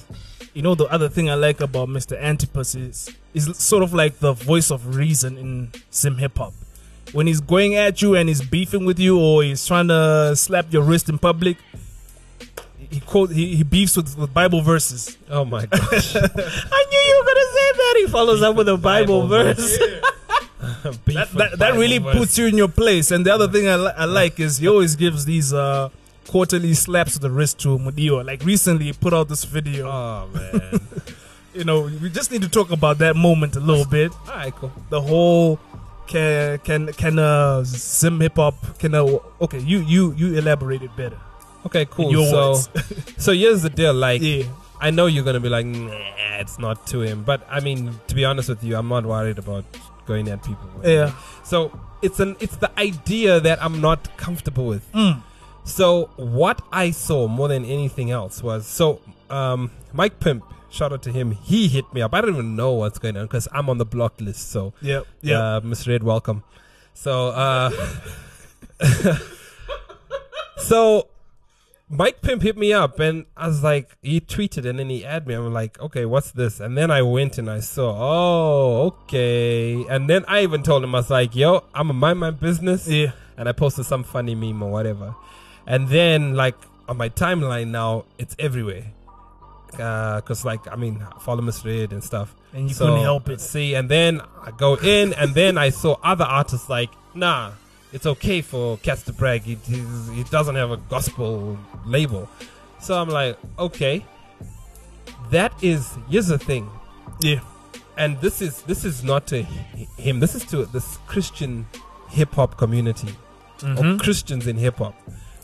You know, the other thing I like about Mr. Antipas is, is sort of like the voice of reason in sim hip hop. When he's going at you and he's beefing with you or he's trying to slap your wrist in public, he quote he, he beefs with, with Bible verses. Oh my gosh. I knew you were gonna say that. He follows up with a Bible, verse. that, that, that really puts you in your place. And the other thing I, li- I like is he always gives these uh, quarterly slaps to the wrist to Mudio. Like recently, he put out this video. Oh man, you know, we just need to talk about that moment a little bit. All right, cool. The whole can can can uh sim hip hop can uh, okay you you you elaborated better. Okay, cool. Your so, words. so here's the deal. Like, Yeah. I know you're gonna be like, nah, it's not to him. But I mean, to be honest with you, I'm not worried about going at people. Yeah. So it's an it's the idea that I'm not comfortable with. Mm. So what I saw more than anything else was so um, Mike Pimp. Shout out to him. He hit me up. I don't even know what's going on because I'm on the block list. So Yep, yep. uh, Miss Red, welcome. So uh, so Mike Pimp hit me up and I was like, he tweeted and then he added me. I'm like, okay, what's this? And then I went and I saw, oh, okay. And then I even told him, I was like, yo, I'm going to mind my business. Yeah. And I posted some funny meme or whatever. And then, like, on my timeline now, it's everywhere. Because, uh, like, I mean, I follow Miss Red and stuff. And you couldn't help it. See, and then I go in and then I saw other artists like, nah, it's okay for Cats to brag. He, he's- he doesn't have a gospel label. So I'm like, okay. That is, here's the thing. Yeah. And this is this is not to hi- him. This is to this Christian hip hop community Mm-hmm. or Mhm. Christians in hip hop.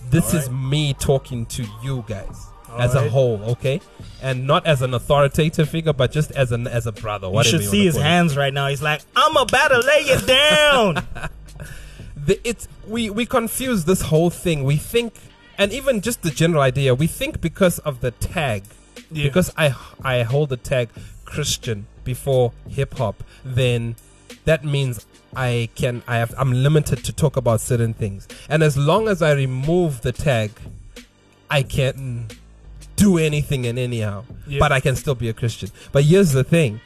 This is me talking to you guys as a Alright. whole, okay, and not as an authoritative figure, but just as an as a brother. You Whatever should see wanna his call it. hands right now. He's like, I'm about to lay you down. the, it's we we confuse this whole thing. We think, and even just the general idea, we think because of the tag, Yeah. because I I hold the tag Christian before hip hop, then that means I can I have I'm limited to talk about certain things, and as long as I remove the tag, I can do anything and anyhow, Yeah. but I can still be a Christian. But here's the thing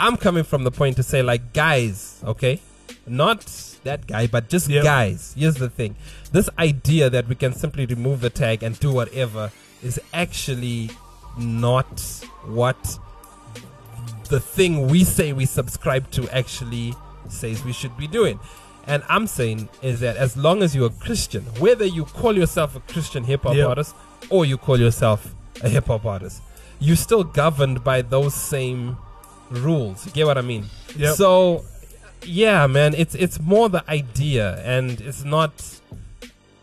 I'm coming from the point to say, like, guys, okay, not that guy, but just Yeah. guys. Here's the thing this idea that we can simply remove the tag and do whatever is actually not what the thing we say we subscribe to actually says we should be doing. And I'm saying is that as long as you're a Christian, whether you call yourself a Christian hip hop Yeah. artist or you call yourself a hip hop artist, you're still governed by those same rules. You get what I mean? Yep. So yeah, man, it's it's more the idea and it's not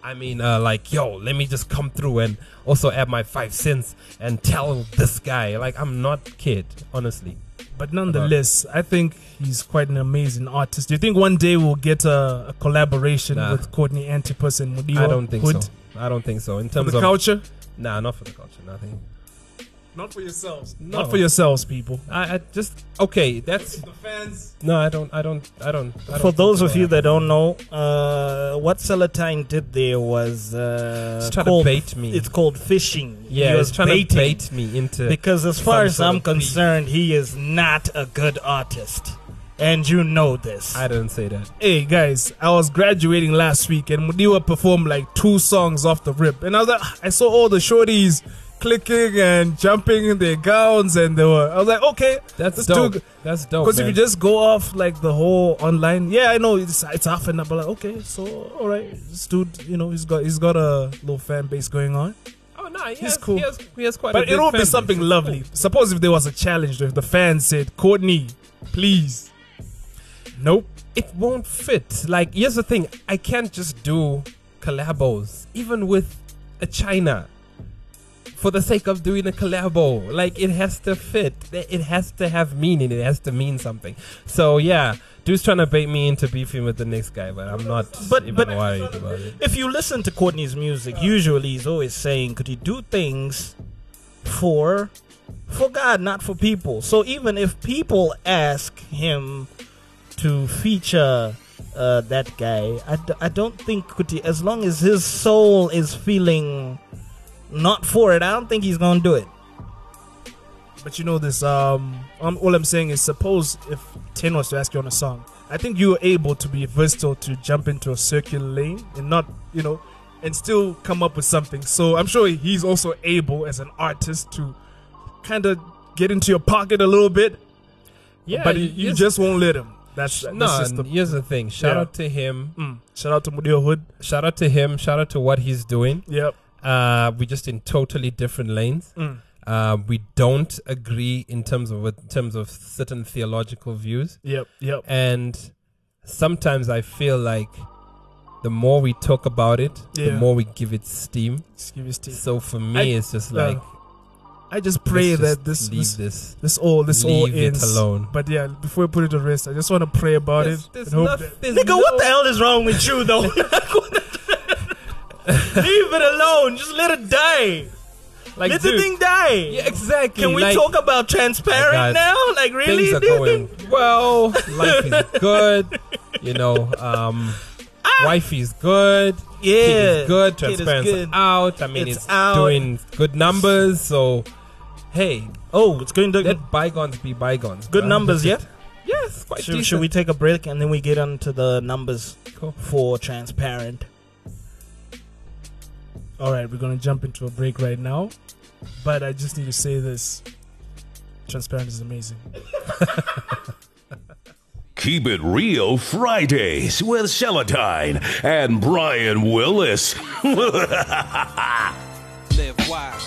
I mean, uh, like, yo, let me just come through and also add my five cents and tell this guy. Like, I'm not kid, honestly. But nonetheless, I think he's quite an amazing artist. Do you think one day we'll get a, a collaboration Nah. with Courtney Antipas and Mudio? I don't think Hood so. I don't think so. In For terms the of culture, nah, not for the culture, nothing. not for yourselves, No. not for yourselves, people. I, I just okay. That's fans. no, I don't, I don't, I don't. I don't For think those so. of you that don't know, uh, what Celatine did there was uh, He's trying to called- bait me. It's called fishing. yeah, he he's was trying baiting to bait me into because, as some far as sort I'm of concerned, he is not a good artist, and you know this. I didn't say that. Hey guys, I was graduating last week and Mudiwa performed like two songs off the rip. And I was like, I saw all the shorties clicking and jumping in their gowns and they were I was like, okay, That's let's dope. do That's dope. Because if you man. just go off like the whole online, yeah, I know it's it's half an hour, but like, okay, so all right, this dude, you know, he's got he's got a little fan base going on, oh no, he he's has, cool. He has, he has quite. a but big it will be fan something base. lovely. Suppose if there was a challenge, though, if the fan said, "Courtney, please," nope, it won't fit. Like, here's the thing: I can't just do collabos, even with a China. for the sake of doing a collabo. Like it has to fit. It has to have meaning. It has to mean something. So yeah, dude's trying to bait me into beefing with the next guy, but I'm not But- even but- worried about it. If you listen to Courtney's music, usually he's always saying, "Could he do things for for God, not for people?" So even if people ask him to feature uh, that guy, I, d- I don't think Kuti, as long as his soul is feeling not for it, I don't think he's gonna do it. But you know this. Um, um, all I'm saying is, suppose if Ten was to ask you on a song, I think you were able to be versatile to jump into a circular lane and not, you know, and still come up with something. So I'm sure he's also able as an artist to kind of get into your pocket a little bit. Yeah, but you, you yes. just won't let him. That's that's No, just the- and here's the thing. Shout Yeah. Mm. out to him. Shout out to Mudio Hood. Shout out to him. Shout out to what he's doing. Yep. Uh, we're just in totally different lanes. Mm. Uh, we don't agree in terms of in terms of certain theological views. Yep, yep. And sometimes I feel like the more we talk about it, the Yeah. more we give it steam. Just give it steam. So for I- me, it's just yeah. like I just pray let's that just this leave this, this. this all this all Leave it ends. alone. But yeah, before we put it to rest, I just want to pray about There's- it. there's and hope noth- that- there's Nigga, what the hell is wrong with you though? Leave it alone. Just let it die. Like, let the dude. thing die. Yeah, exactly. Can we like- talk about transparent Guys, now? Like really? Things are going well. Life is good. You know, um, wife is good. kid Ah! Yeah, is good. kid is Transparency good. out. I mean, It's it's, out. doing good numbers. So, hey, oh, it's going to let bygones be bygones. Good bruh. numbers, yeah? Yes, quite Should, should decent. we take a break and then we get on to the numbers for transparent? All right, we're gonna jump into a break right now, but I just need to say this: transparent is amazing. Keep it real Fridays with Celatine and Brian Willis. live wild.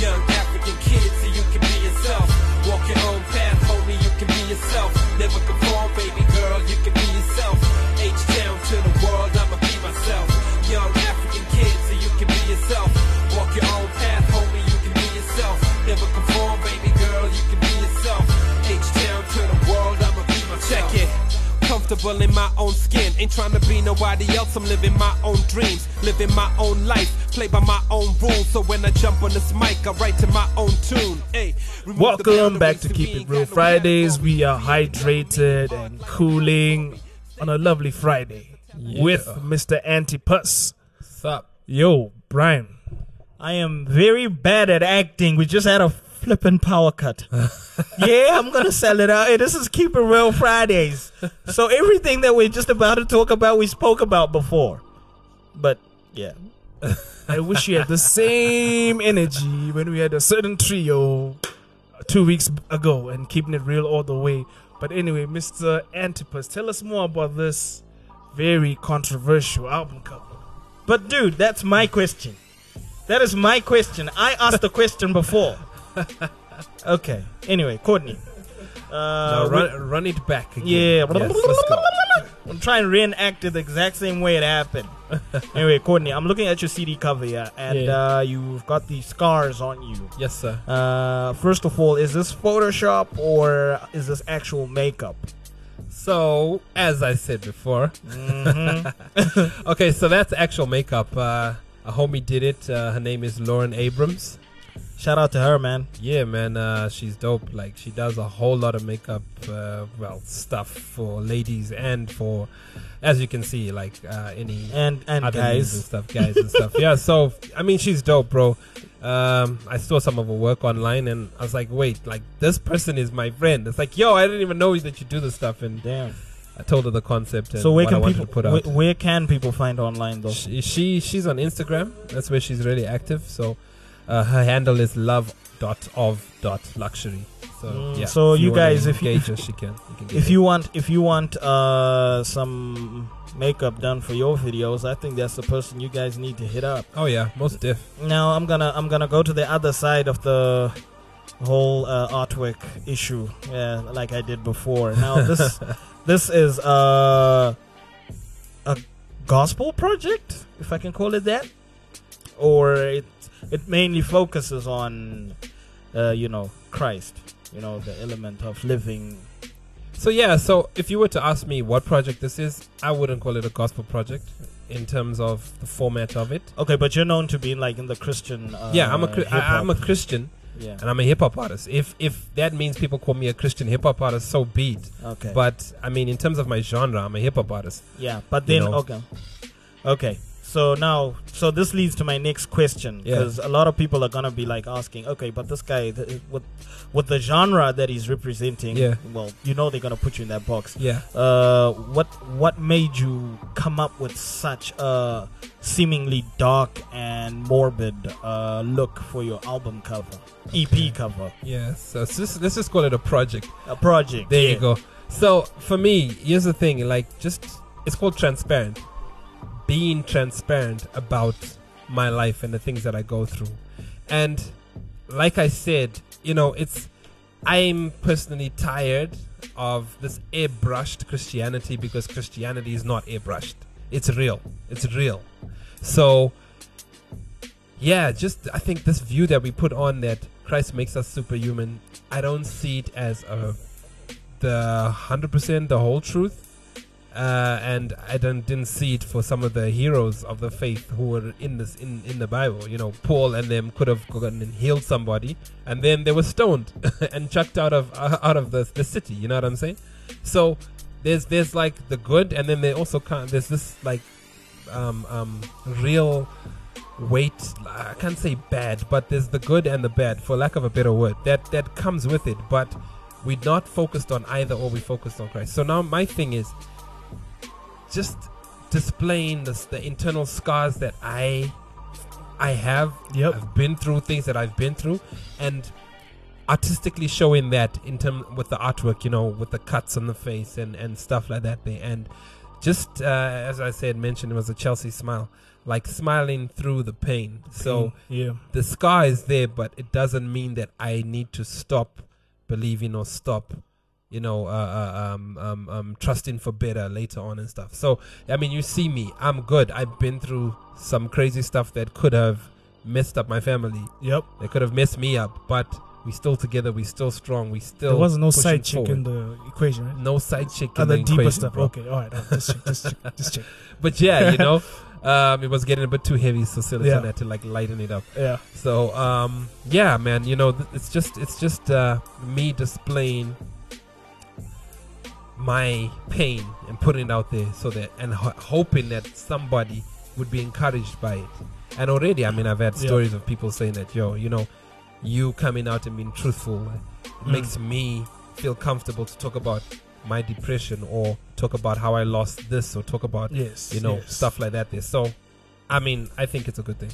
Young African kid, so you can be yourself. Walk your own path, homie, you can be yourself. Never conform, baby girl, you can be yourself. H town to the world, I'ma be myself. Young African kid, so you can be yourself. Walk your own path, homie, you can be yourself. Never conform, baby girl, you can be yourself. H town to the world, I'ma be myself. Check it. Comfortable in my own skin, ain't trying to be nobody else. I'm living my own dreams, living my own life, play by my own rules. So when I jump on this mic, I write to my own tune. Hey, remove the Welcome back to boundaries Keep we It ain't Real got no time Fridays. We are hydrated and cooling on a lovely Friday with Mr. Antipus. up? Yo, Brian. I am very bad at acting. We just had a flippin' power cut. yeah, I'm gonna sell it out. Hey, this is Keep It Real Fridays. So everything that we're just about to talk about, we spoke about before. But yeah, I wish you had the same energy when we had a certain trio two weeks ago and keeping it real all the way. But anyway, Mr. Antipas, tell us more about this very controversial album cover. but dude, that's my question. That is my question. I asked the question before. Okay. Anyway, Courtney. Uh, Now run, run it back again. Yeah. Yes, let's go. I'm trying to reenact it the exact same way it happened. anyway, Courtney, I'm looking at your CD cover here, and Yeah. uh, you've got these scars on you. Yes, sir. Uh, first of all, is this Photoshop or is this actual makeup? So, as I said before, Mm-hmm. okay, so that's actual makeup. Uh, a homie did it. Uh, her name is Lauren Abrams. Shout out to her, man. Yeah, man, uh, she's dope. Like, she does a whole lot of makeup, uh, well, stuff for ladies and for, as you can see, like uh, any And and other guys, news and stuff, guys and stuff. Yeah, so I mean, she's dope, bro. Um, I saw some of her work online, and I was like, wait, like this person is my friend. It's like, yo, I didn't even know that you do this stuff, and damn. I told her the concept and So where what I can wanted people to put out. Where, where can people find online though? she, she she's on Instagram. That's where she's really active. So uh, her handle is love dot of dot luxury. So Mm, yeah. so if you wanna guys, if you- engage her, she can. You can get If her. you want, if you want uh, some makeup done for your videos, I think that's the person you guys need to hit up. oh yeah, most diff. Now I'm gonna I'm gonna go to the other side of the whole uh, artwork issue, yeah, like I did before. Now this this is uh, a gospel project, if I can call it that, or it it mainly focuses on, uh, you know, Christ. You know, the element of living. So yeah, so if you were to ask me what project this is, I wouldn't call it a gospel project in terms of the format of it. Okay, but you're known to be like in the Christian. Uh, yeah, I'm a Chri- I, hip-hop. I'm a Christian. Yeah. And I'm a hip hop artist. If if that means people call me a Christian hip hop artist, so be it. Okay. But I mean, in terms of my genre, I'm a hip hop artist. Yeah, but You then know? okay, okay. So now, so this leads to my next question Yeah. because a lot of people are gonna be like asking, okay, but this guy th- with with the genre that he's representing, Yeah. well, you know they're gonna put you in that box. Yeah. Uh, what what made you come up with such a seemingly dark and morbid uh, look for your album cover, EP cover? Yeah, so it's just, let's just call it a project. A project. There yeah. you go. So for me, here's the thing like, just it's called transparent. Being transparent about my life and the things that I go through. And like I said, you know, it's, I'm personally tired of this airbrushed Christianity because Christianity is not airbrushed. It's real. It's real. So yeah, just I think this view that we put on that Christ makes us superhuman, I don't see it as a the hundred percent the whole truth. Uh, and I don't didn't see it for some of the heroes of the faith who were in this in, in the Bible. You know, Paul and them could have gone and healed somebody, and then they were stoned and chucked out of uh, out of the, the city. You know what I'm saying? So there's there's like the good, and then they also can't. There's this like um, um, real weight. I can't say bad, but there's the good and the bad, for lack of a better word. That that comes with it, but we're not focused on either, or we focused on Christ. So now my thing is just displaying the, the internal scars that I I have. I've been through things that I've been through, and artistically showing that in term with the artwork, you know, with the cuts on the face and and stuff like that. There and just uh, as I said, mentioned it was a Chelsea smile, like smiling through the pain. So Yeah. the scar is there, but it doesn't mean that I need to stop believing or stop, you know, uh, uh, um, um, um, trusting for better later on and stuff. So, I mean, you see me, I'm good. I've been through some crazy stuff that could have messed up my family. Yep. They could have messed me up, but we still together. We still strong. We still. There was no pushing side chick in forward. the equation, right? No side chick in Other the deeper equation, stuff. bro. Okay, all right. all right, Just check. Just check. Just check. But yeah, you know, um, it was getting a bit too heavy, so Silicon Yeah. had to like lighten it up. Yeah. So um, yeah, man, you know, th- it's just it's just uh, me displaying my pain and putting it out there, so that and ho- hoping that somebody would be encouraged by it. And already, I mean, I've had Yeah. stories of people saying that, yo, you know, you coming out and being truthful it Mm. makes me feel comfortable to talk about my depression or talk about how I lost this or talk about Yes, you know yes. stuff like that there. So I mean I think it's a good thing.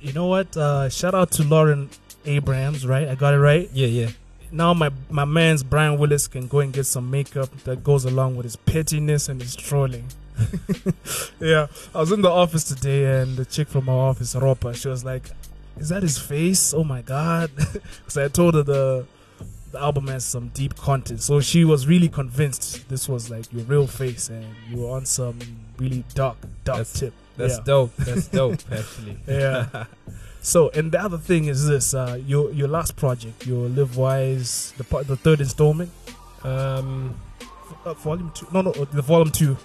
You know what? Uh, shout out to Lauren Abrams, right? I got it right. Yeah, yeah. Now my my man's Brian Willis can go and get some makeup that goes along with his pettiness and his trolling. yeah, I was in the office today, and the chick from our office, Ropa, she was like, "Is that his face? Oh my god!" Because I told her the the album has some deep content, so she was really convinced this was like your real face, and you were on some really dark dark tip. That's Yeah. dope. That's dope actually. Yeah. So, and the other thing is this: uh, your your last project, your Live Wise, the part, the third installment, um, uh, volume two. No, no, uh, the volume two.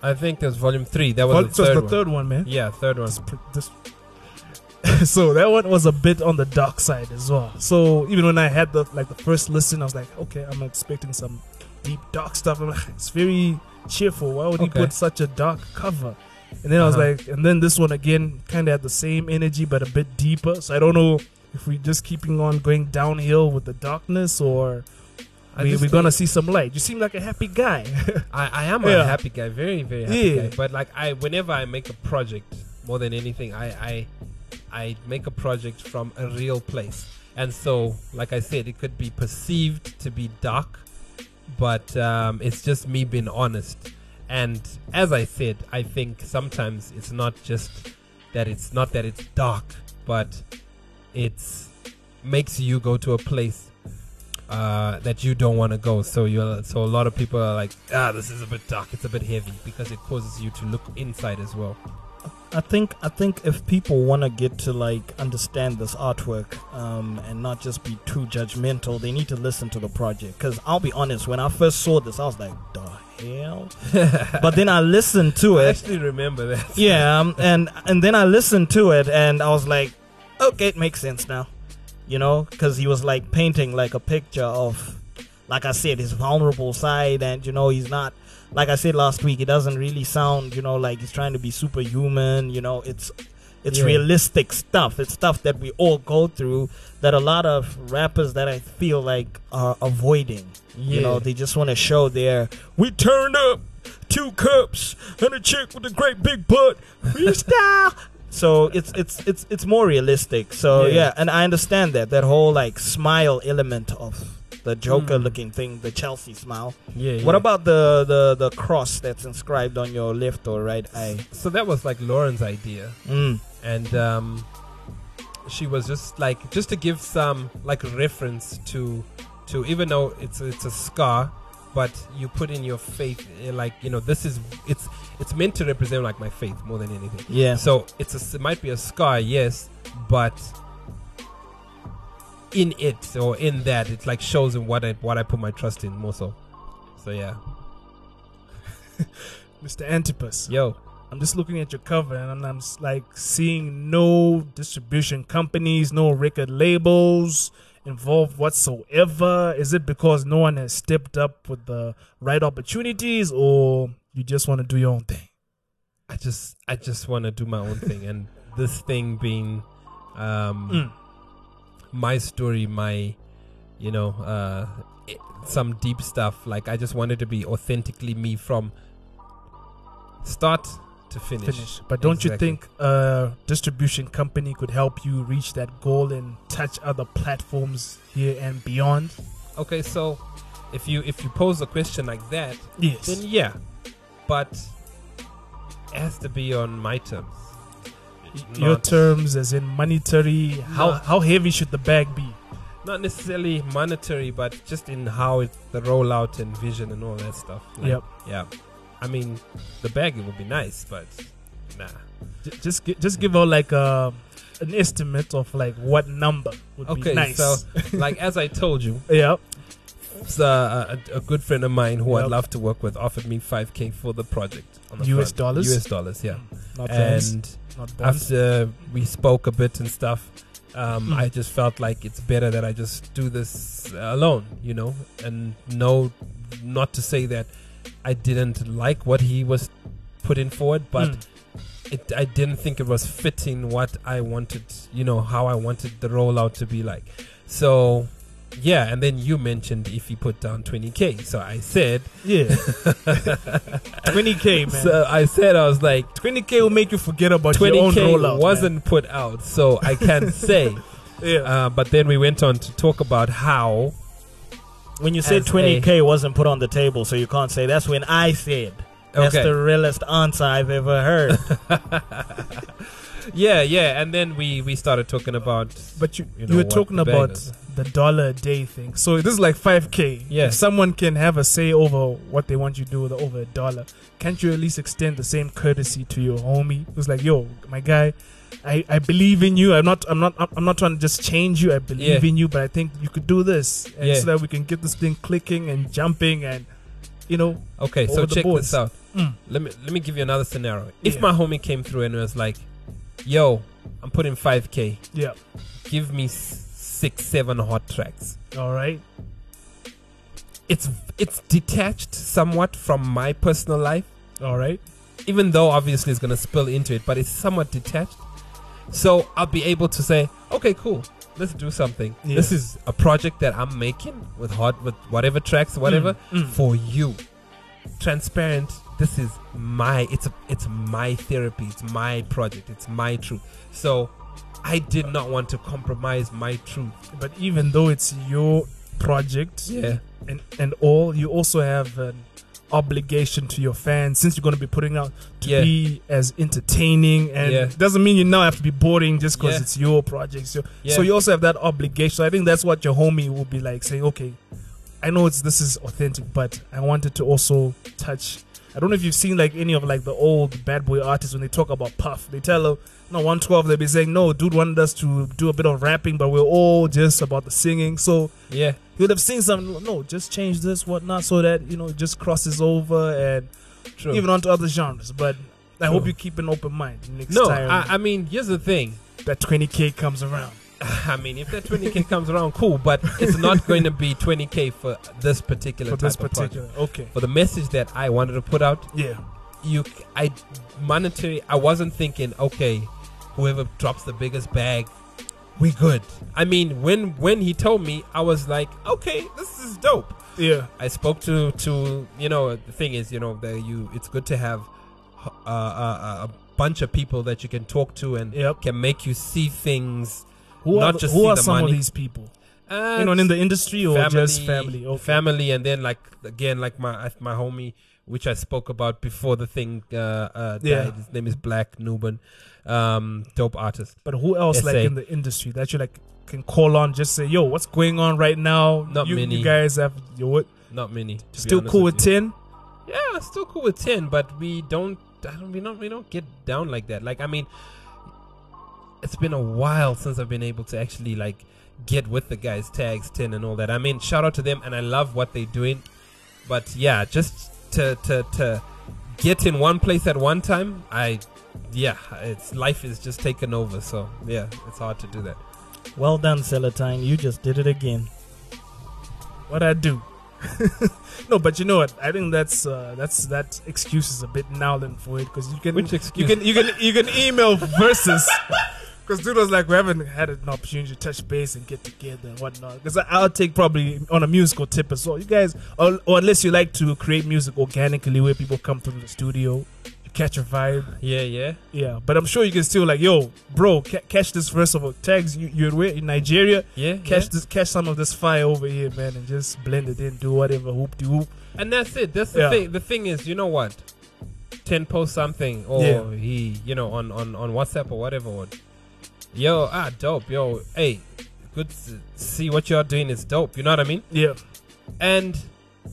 I think there's volume three. That was Vol- the so third it's the one. third one, man. Yeah, third one. This- so that one was a bit on the dark side as well. So even when I had the like the first listen, I was like, okay, I'm expecting some deep dark stuff. I'm like, it's very cheerful. Why would he Okay. put such a dark cover? And then I was Uh-huh. like, and then this one again kind of had the same energy but a bit deeper. So I don't know if we're just keeping on going downhill with the darkness or I we, just we're gonna think- see some light. You seem like a happy guy. I, I am Yeah. a happy guy, very very happy Yeah. guy. But like I, whenever I make a project, more than anything, I I I make a project from a real place. And so, like I said, it could be perceived to be dark, but um, it's just me being honest. And as I said, I think sometimes it's not just that it's not that it's dark, but it's makes you go to a place uh, that you don't want to go. So you so a lot of people are like, ah, this is a bit dark, it's a bit heavy because it causes you to look inside as well. I think I think if people want to get to like understand this artwork um, and not just be too judgmental, they need to listen to the project. Because I'll be honest, when I first saw this, I was like, "The hell!" but then I listened to I it. actually remember that. yeah, um, and and then I listened to it and I was like, "Okay, it makes sense now," you know, because he was like painting like a picture of, like I said, his vulnerable side, and you know, he's not. Like I said last week, it doesn't really sound, you know, like he's trying to be superhuman. You know, it's it's Yeah. realistic realistic stuff. It's stuff that we all go through that a lot of rappers that I feel like are avoiding. You know, Yeah. they just want to show their we turned up two cups and a chick with a great big butt freestyle. so it's it's it's it's more realistic. So Yeah. yeah. and I understand that that whole like smile element of the Joker looking thing, the Chelsea smile. Mm. Yeah, What yeah. about the, the the cross that's inscribed on your left or right eye? So that was like Lauren's idea. Mm. And um, she was just like, just to give some like reference to, to even though it's it's a scar, but you put in your faith, eh, like you know, this is it's it's meant to represent like my faith more than anything. Yeah. So it's a, s- it might be a scar, yes, but in it or in that, it like shows in what I what I put my trust in more so. So yeah. Mr. Antipas. Yo. I'm just looking at your cover and I'm, I'm s- like seeing no distribution companies, no record labels involved whatsoever. Is it because no one has stepped up with the right opportunities or you just want to do your own thing? I just I just want to do my own thing, and this thing being um, Mm. my story, my you know uh, i- some deep stuff. Like I just wanted to be authentically me from start to finish. Finish. But don't Exactly. you think a distribution company could help you reach that goal and touch other platforms here and beyond? Okay, so if you if you pose a question like that, Yes. then yeah, but it has to be on my terms. Your Not- terms, as in monetary, how, Not- how heavy should the bag be? not necessarily monetary, but just in how it, the rollout and vision and all that stuff. Yep. Yeah. I mean, the bag it would be nice, but nah. J- just gi- just give out like a an estimate of like what number would Okay, be nice. so like as I told you, yep. so, uh, a, a good friend of mine who I'd Yep. love to work with offered me 5k for the project. On the US front. dollars? US dollars, yeah. Mm, not bonds. and Not bonds. after we spoke a bit and stuff, um, Mm. I just felt like it's better that I just do this alone, you know, and no, not to say that I didn't like what he was putting forward, but Mm. it, I didn't think it was fitting what I wanted, you know, how I wanted the rollout to be like. So, yeah, and then you mentioned if he put down 20k, so I said, Yeah. 20K, man. So I said, I was like, 20k will make you forget about your own 20k rollout. wasn't put out, so I can't say. Yeah. Uh, but then we went on to talk about how When you said as twenty a- k wasn't put on the table, so you can't say that's when I said. That's Okay. the realest answer I've ever heard. yeah, yeah, and then we we started talking about. But you, you, know, were what talking the about bangers- the dollar a day thing. So this is like 5k. Yeah. If someone can have a say over what they want you to do with over a dollar, can't you at least extend the same courtesy to your homie? Who's like, yo, my guy, I, I believe in you. I'm not I'm not I'm not trying to just change you. I believe Yeah. in you, but I think you could do this, and Yeah. so that we can get this thing clicking and jumping and you know. Okay, over so the check boards. this out. Mm. Let me let me give you another scenario. If Yeah. my homie came through and was like, "Yo, I'm putting 5k. Yeah. Give me s- six, seven hot tracks." All right. It's it's detached somewhat from my personal life. All right. even though obviously it's going to spill into it, but it's somewhat detached. So I'll be able to say, okay, cool, let's do something. Yeah. This is a project that I'm making with hot, with whatever tracks, whatever, mm. for you. Transparent. This is my. It's a, it's my therapy. It's my project. It's my truth. So I did not want to compromise my truth. But even though it's your project, Yeah. and and all, you also have an obligation to your fans since you're going to be putting out to Yeah. be as entertaining and Yeah. it doesn't mean you now have to be boring just because Yeah. it's your project so, Yeah. so you also have that obligation i think that's what your homie will be like saying okay i know it's this is authentic but i wanted to also touch I don't know if you've seen like any of like the old bad boy artists when they talk about Puff. They tell him, no, 112, they'll be saying, no, dude wanted us to do a bit of rapping, but we're all just about the singing. So Yeah. you would have seen some, no, just change this, whatnot, so that, you know, it just crosses over and True. even onto other genres. But I True. hope you keep an open mind next No, time. I, I mean, here's the thing. That 20K comes around. I mean, if that 20K comes around, cool, but it's not going to be 20K for this particular For type this of project. particular- okay. For the message that I wanted to put out. Yeah. You, c- I, monetary, I wasn't thinking, okay, whoever drops the biggest bag, we good. I mean, when when he told me, I was like, okay, this is dope. Yeah. I spoke to to you know the thing is you know that you it's good to have uh, uh, uh, a bunch of people that you can talk to and can make you see things. Who not are, just who see are the some money. of these people? you know, in the industry or just family? Okay. Uh, family, and then like again, like my uh, my homie, which I spoke about before the thing uh, uh, died. Yeah. His name is Black Nuban, um, dope artist. But who else like SA. in the industry that you like can call on? Just say, yo, what's going on right now? Not you, many. You guys have yo what? Not many. to be Still honest cool with you. ten? Yeah, still cool with ten, but we don't. I don't. We don't. We don't get down like that. Like I mean, it's been a while since I've been able to actually like get with the guys tags 10 and all that. I mean, shout out to them and I love what they're doing. But yeah, just to to to get in one place at one time, I yeah, it's life is just taken over. So, yeah, it's hard to do that. Well done, Celatine. You just did it again. What I do? no, but you know what? I think that's uh, that's that excuse is a bit nowlin for it because you can Which excuse? you can you can you can email versus because dude was like we haven't had an opportunity to touch base and get together and whatnot. Because I'll take probably on a musical tip as well. You guys, or, or unless you like to create music organically where people come through the studio, you catch a vibe. Yeah, yeah. Yeah, but I'm sure you can still like, yo, bro, ca- catch this first of all. Tags, you, you're where- in Nigeria. Yeah, catch yeah. this, catch some of this fire over here, man, and just blend it in, do whatever, hoop de hoop. And that's it. That's the Yeah. thing. The thing is, you know what? Ten post something, or Yeah. he, you know, on on on WhatsApp or whatever. Or, yo, ah, dope. Yo, hey, good. To see what you're doing is dope. You know what I mean? Yeah. And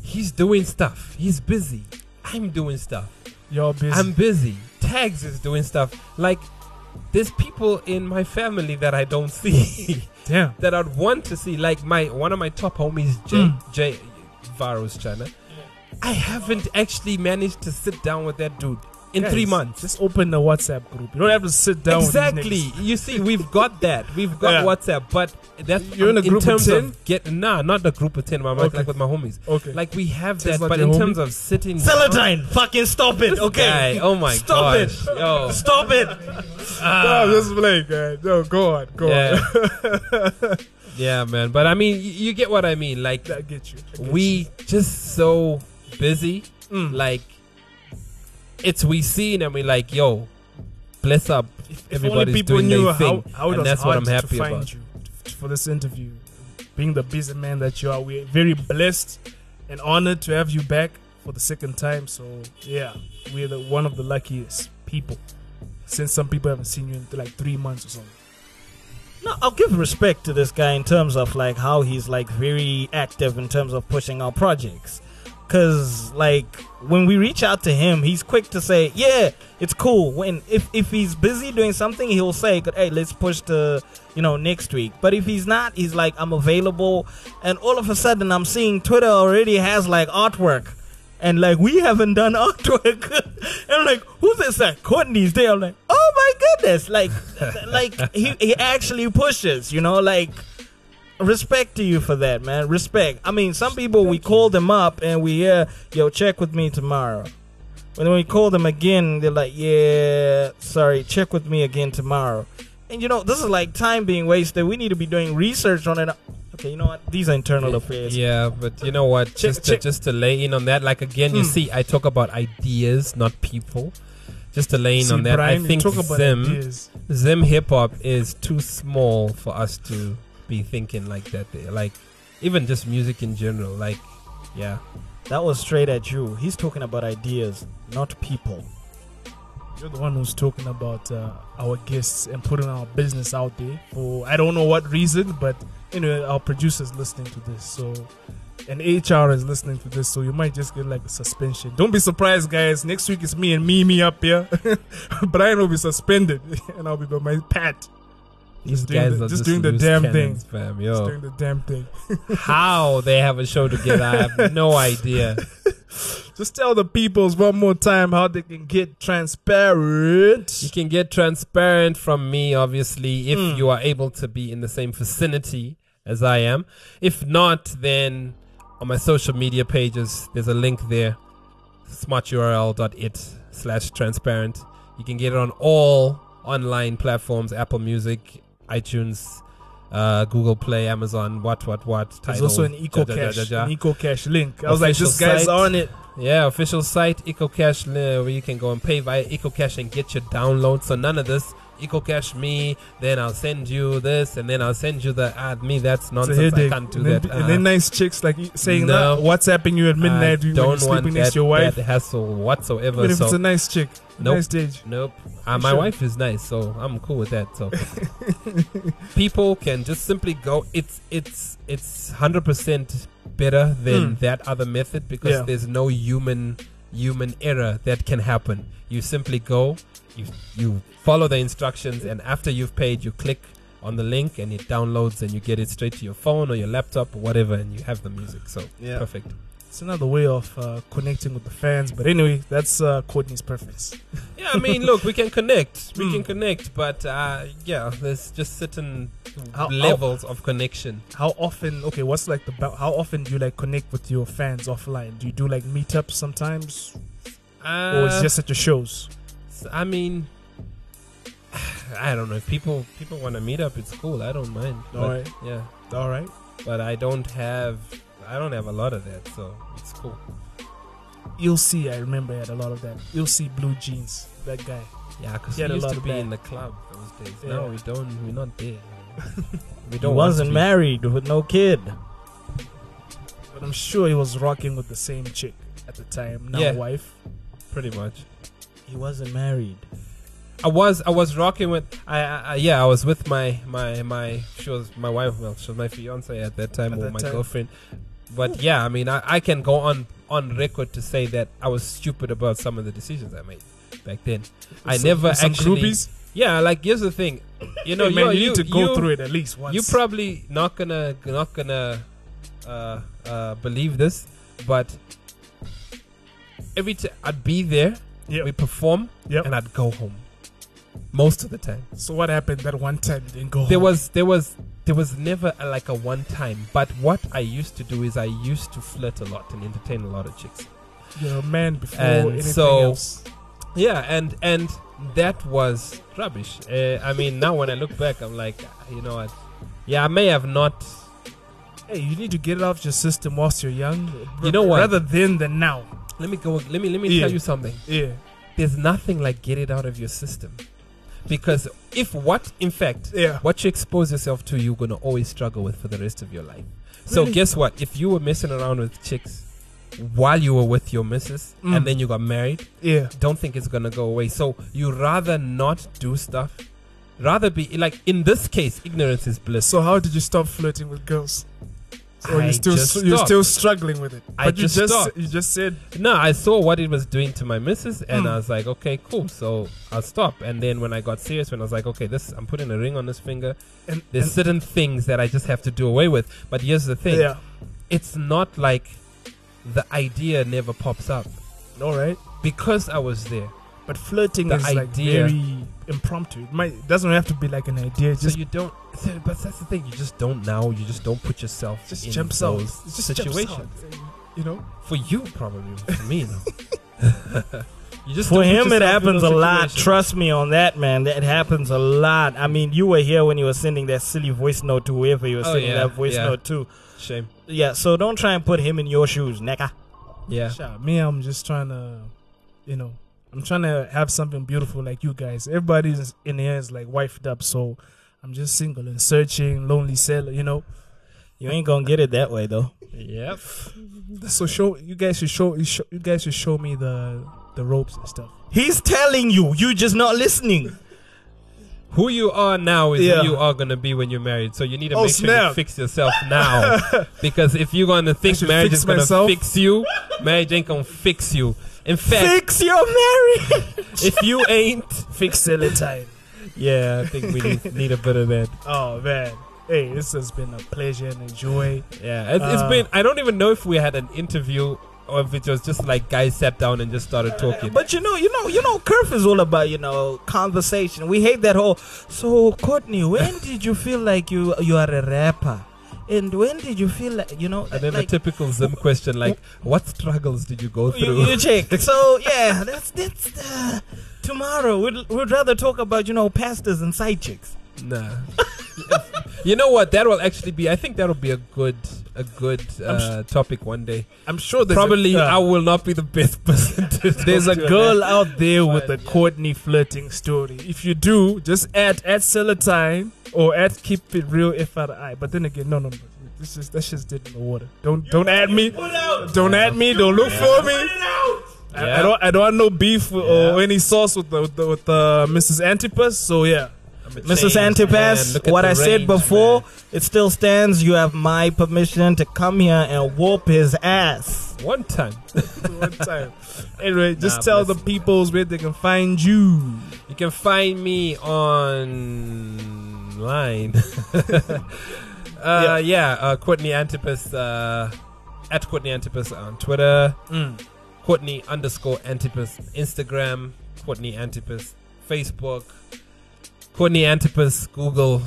he's doing stuff. He's busy. I'm doing stuff. Y'all busy. I'm busy. Tags is doing stuff. Like there's people in my family that I don't see. Damn. That I'd want to see. Like my one of my top homies, Jay Mm. Jay Varos China. I haven't actually managed to sit down with that dude in Guys, three months. Just open the WhatsApp group. You don't have to sit down. with these Exactly. niggas. You see, we've got that. We've got Yeah. WhatsApp, but that's You're in a group of terms 10? of get nah, not the group of ten. My Okay. like with my homies. Okay. like we have Just that, like but your in homie? terms of sitting. Celatine, fucking stop it. This Okay. guy, oh my Stop gosh, it. yo. Stop it. No, Ah. I'm just playing, guys. No, go on, go on. Yeah. yeah, man. But I mean, y- you get what I mean. Like, I get you. Mm. I get we just so busy. Like, it's we seen and we like, yo, bless up. If Everybody's only people doing knew their how, thing, how it and was that's what hard I'm happy to find about. you t- for this interview. Being the busy man that you are, we're very blessed and honored to have you back for the second time. So yeah, we're the, one of the luckiest people. Since some people haven't seen you in like three months or something. No, I'll give respect to this guy in terms of like how he's like very active in terms of pushing our projects. Cause like when we reach out to him, he's quick to say, "Yeah, it's cool." When if if he's busy doing something, he'll say, "Hey, let's push to you know next week." But if he's not, he's like, "I'm available," and all of a sudden, I'm seeing Twitter already has like artwork, and like we haven't done artwork. and I'm like, "Who's this guy? Courtney's there." I'm like, "Oh my goodness!" Like, like he he actually pushes, you know, like respect to you for that, man. Respect. I mean, some people we call them up and we uh, yo check with me tomorrow. But then we call them again, they're like, yeah, sorry, check with me again tomorrow. And you know, this is like time being wasted. We need to be doing research on it. Okay, you know what? These are internal affairs. Yeah, but you know what? Just to, check. just to lay in on that, like again, you Hmm. see, I talk about ideas, not people. Just to lay in See, on that, Brian, I you think talk about Zim, ideas. Zim hip hop is too small for us to be thinking like that. There, like even just music in general. Like, yeah, That was straight at you. He's talking about ideas, not people. You're the one who's talking about uh, our guests and putting our business out there for I don't know what reason, but anyway, our producers listening to this, so and HR is listening to this, so you might just get like a suspension. Don't be surprised, guys. Next week it's me and Mimi up here. Brian will be suspended, and I'll be by my pat. These Just doing guys the- are just just doing the loose damn cannons, thing. fam, Just yo. doing the damn thing. How they have a show together, I have no idea. Just tell the peoples one more time how they can get transparent. You can get transparent from me, obviously, if Mm. you are able to be in the same vicinity as I am. If not, then on my social media pages, there's a link there smarturl.it slash transparent. You can get it on all online platforms Apple Music, iTunes. Uh, Google Play, Amazon, what, what, what. There's Tidal, also an ja, ja, EcoCash, ja, ja, ja. an EcoCash link. I was like, this guy's site. on it. Yeah, official site EcoCash li- where you can go and pay via EcoCash and get your download. So none of this EcoCash me, then I'll send you this, and then I'll send you the ah, me. That's It's a nonsense. I headache. can't do and then, that. and then Uh-uh. nice chicks like you- saying No. that WhatsApping you at midnight I when you're don't want sleeping next that, to your wife. that hassle whatsoever. Even if so it's a nice chick, a nope, nice stage. Nope. Uh, You my should. wife is nice, so I'm cool with that. So people can just simply go. It's it's it's hundred percent better than Mm. that other method because Yeah. there's no human human error that can happen. You simply go, you you follow the instructions, and after you've paid, you click on the link and it downloads and you get it straight to your phone or your laptop or whatever and you have the music so Yeah. perfect It's another way of uh, connecting with the fans. But anyway, that's uh, Courtney's preference. Yeah, I mean, look, we can connect. Hmm. We can connect, but uh, yeah, there's just certain How- levels of connection. How often? Okay, what's like the ba- how often do you like connect with your fans offline? Do you do like meetups sometimes, or it's Uh, just at your shows? I mean, I don't know. If people people want to meet up, it's cool. I don't mind. But, Alright. Yeah. All right. But I don't have I don't have a lot of that, so it's cool. You'll see. I remember I had a lot of that. You'll see blue jeans. That guy. Yeah, because He we had a used lot to of be that. in the club those days. Yeah. No, we don't. We're not there. He we don't. want wasn't to be. married with no kid. But I'm sure he was rocking with the same chick at the time, now Yeah. wife. Pretty much. He wasn't married. I was I was rocking with I, I I- yeah I was with my my my she was my wife well she was my fiance at that time At or that my time. girlfriend, but yeah I mean I, I can go on on record to say that I was stupid about some of the decisions I made back then. I Some- never some actually groupies? yeah like here's the thing, you know Hey, man, you're- you you need to go you- through it at least once. You're probably not gonna not gonna uh, uh, believe this, but every time I'd be there, Yep. we perform, Yep. and I'd go home most of the time. So what happened that one time you didn't go There home? was there was there was never a, like a one time. But what I used to do is I used to flirt a lot and entertain a lot of chicks. You're a man before And anything so- else. Yeah, and and that was rubbish. Uh, I mean, now when I look back, I'm like, you know what? Yeah, I may have not. Hey, you need to get it off your system whilst you're young. You know what? Rather then than now. Let me go. Let me let me Yeah. tell you something. Yeah. There's nothing like get it out of your system, because if what in fact Yeah. what you expose yourself to, you're gonna always struggle with for the rest of your life. So Really? guess what? If you were messing around with chicks while you were with your missus Mm. and then you got married, Yeah. don't think it's gonna go away. So you rather not do stuff. Rather be like in this case, ignorance is bliss. So how did you stop flirting with girls? Or I you still just you're stopped. still struggling with it? I but you just stopped. you just said No, I saw what it was doing to my missus, and Mm. I was like, okay, cool. So I'll stop. And then when I got serious, when I was like, okay, this, I'm putting a ring on this finger. and, There's and- certain things that I just have to do away with. But here's the thing: yeah. it's not like the idea never pops up All right. because I was there. But flirting The is like idea- very impromptu. It might it doesn't have to be like an idea. Just so you don't. so- But that's the thing: you just don't now. You just don't put yourself just in jumps out. those It's just situations. jumps eh, out. You know. For you, probably. For me, no. you just For don't put him, it yourself in happens a those lot. situations. Trust me on that, man. That happens a lot. I mean, you were here when you were sending that silly voice note to whoever you were Oh, sending yeah, that voice yeah. note to. Shame. Yeah, so don't try and put him in your shoes, nigga. Yeah. Sure, me, I'm just trying to, you know, I'm trying to have something beautiful like you guys. Everybody's in here is like wifed up, so I'm just single and searching, lonely seller, you know. You ain't gonna get it that way, though. Yep. So show you guys should show you, show, you guys should show me the the ropes and stuff. He's telling you, you just not listening. Who you are now is Yeah. who you are going to be when you're married. So you need to Oh, make sure you snap. fix yourself now. because if you're going to think should marriage fix is going to myself. fix you, marriage ain't going to fix you. In fact, Fix your marriage. if you ain't. Fix it time. Yeah, I think we need, need a bit of that. Oh man. Hey, this has been a pleasure and a joy. Yeah, it's, Uh, it's been. I don't even know if we had an interview or if it was just like guys sat down and just started talking. But you know, you know, you know, Kerf is all about you know conversation. We hate that whole. So Courtney, when did you feel like you you are a rapper? And when did you feel like you know? And then like, a typical Zim question like, "What struggles did you go through?" you, you check. So yeah, that's that's uh, tomorrow. We'd we'd rather talk about you know pastors and side chicks. Nah. you know what? That will actually be. I think that will be a good, a good uh, topic one day. I'm sure there's Probably, a, I will not be the best person. to there's a talk to girl about. out there with a Courtney flirting story. If you do, just add at Celatine or at Keep It Real FRI. But then again, no, no, no. This is that shit's dead in the water. Don't don't add me. Don't add me. Don't look for me. I, I Yeah. don't I don't have no beef or any sauce with the, with, the, with the Mrs. Antipas. So yeah. Mrs. Change, man. Antipas, Look at what the I said range, before, it still stands. You have my permission to come here and whoop his ass. man. One time, one time. Anyway, just Nah, tell bless the peoples where they can find you. you can find me online. uh, yeah, uh, Courtney Antipas uh, at Courtney Antipas on Twitter. Mm. Courtney underscore Antipas Instagram. Courtney Antipas Facebook. Courtney Antipas Google.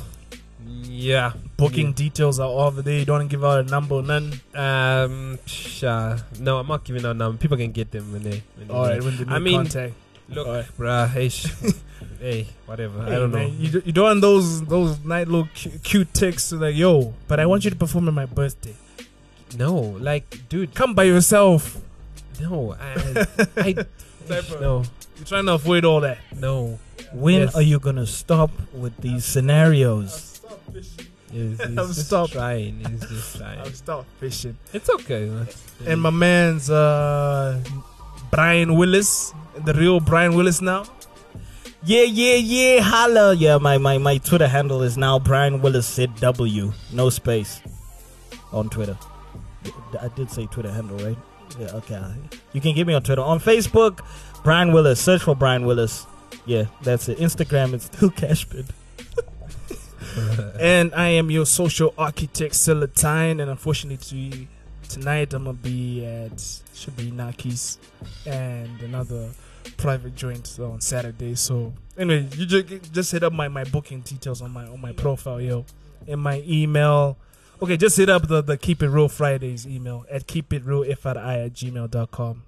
Yeah, Booking details are over there. You don't give out a number, none. Um, sure. No, I'm not giving out number. People can get them when they. When they All right, when they I make mean, contact. look, All right. bruh. Hey, sh- hey, whatever. I Hey, don't man, know. You, do- you're doing those those night little cu- cute texts like, yo, but I want you to perform on my birthday. No, like, dude, Come by yourself. no. I, I Type of- no, You're trying to avoid all that. no. When Yes. are you gonna stop with these scenarios? He's, he's I'm just stopped. trying. He's just trying. I'll stop fishing. It's okay. man. And my man's uh Brian Willis, the real Brian Willis now. Yeah, yeah, yeah, holla. Yeah, my, my, my Twitter handle is now Brian Willis said W, no space on Twitter. I did say Twitter handle, right? Yeah, okay. You can get me on Twitter. On Facebook, Brian Willis. Search for Brian Willis. Yeah, that's it. Instagram, it's still Cashbid. And I am your social architect, Celatine. And unfortunately, to- tonight I'm going to be at, should be Naki's and another private joint on Saturday. So, anyway, you just, just hit up my, my booking details on my on my profile, yo, and my email. Okay, just hit up the, the Keep It Real Fridays email at keepitrealfri at gmail.com.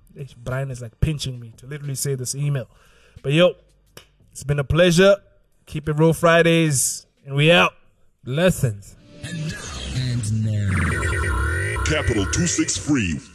Brian is like pinching me to literally say this email. But, yo, it's been a pleasure. Keep It Real Fridays, and we out. Lessons. Capital 263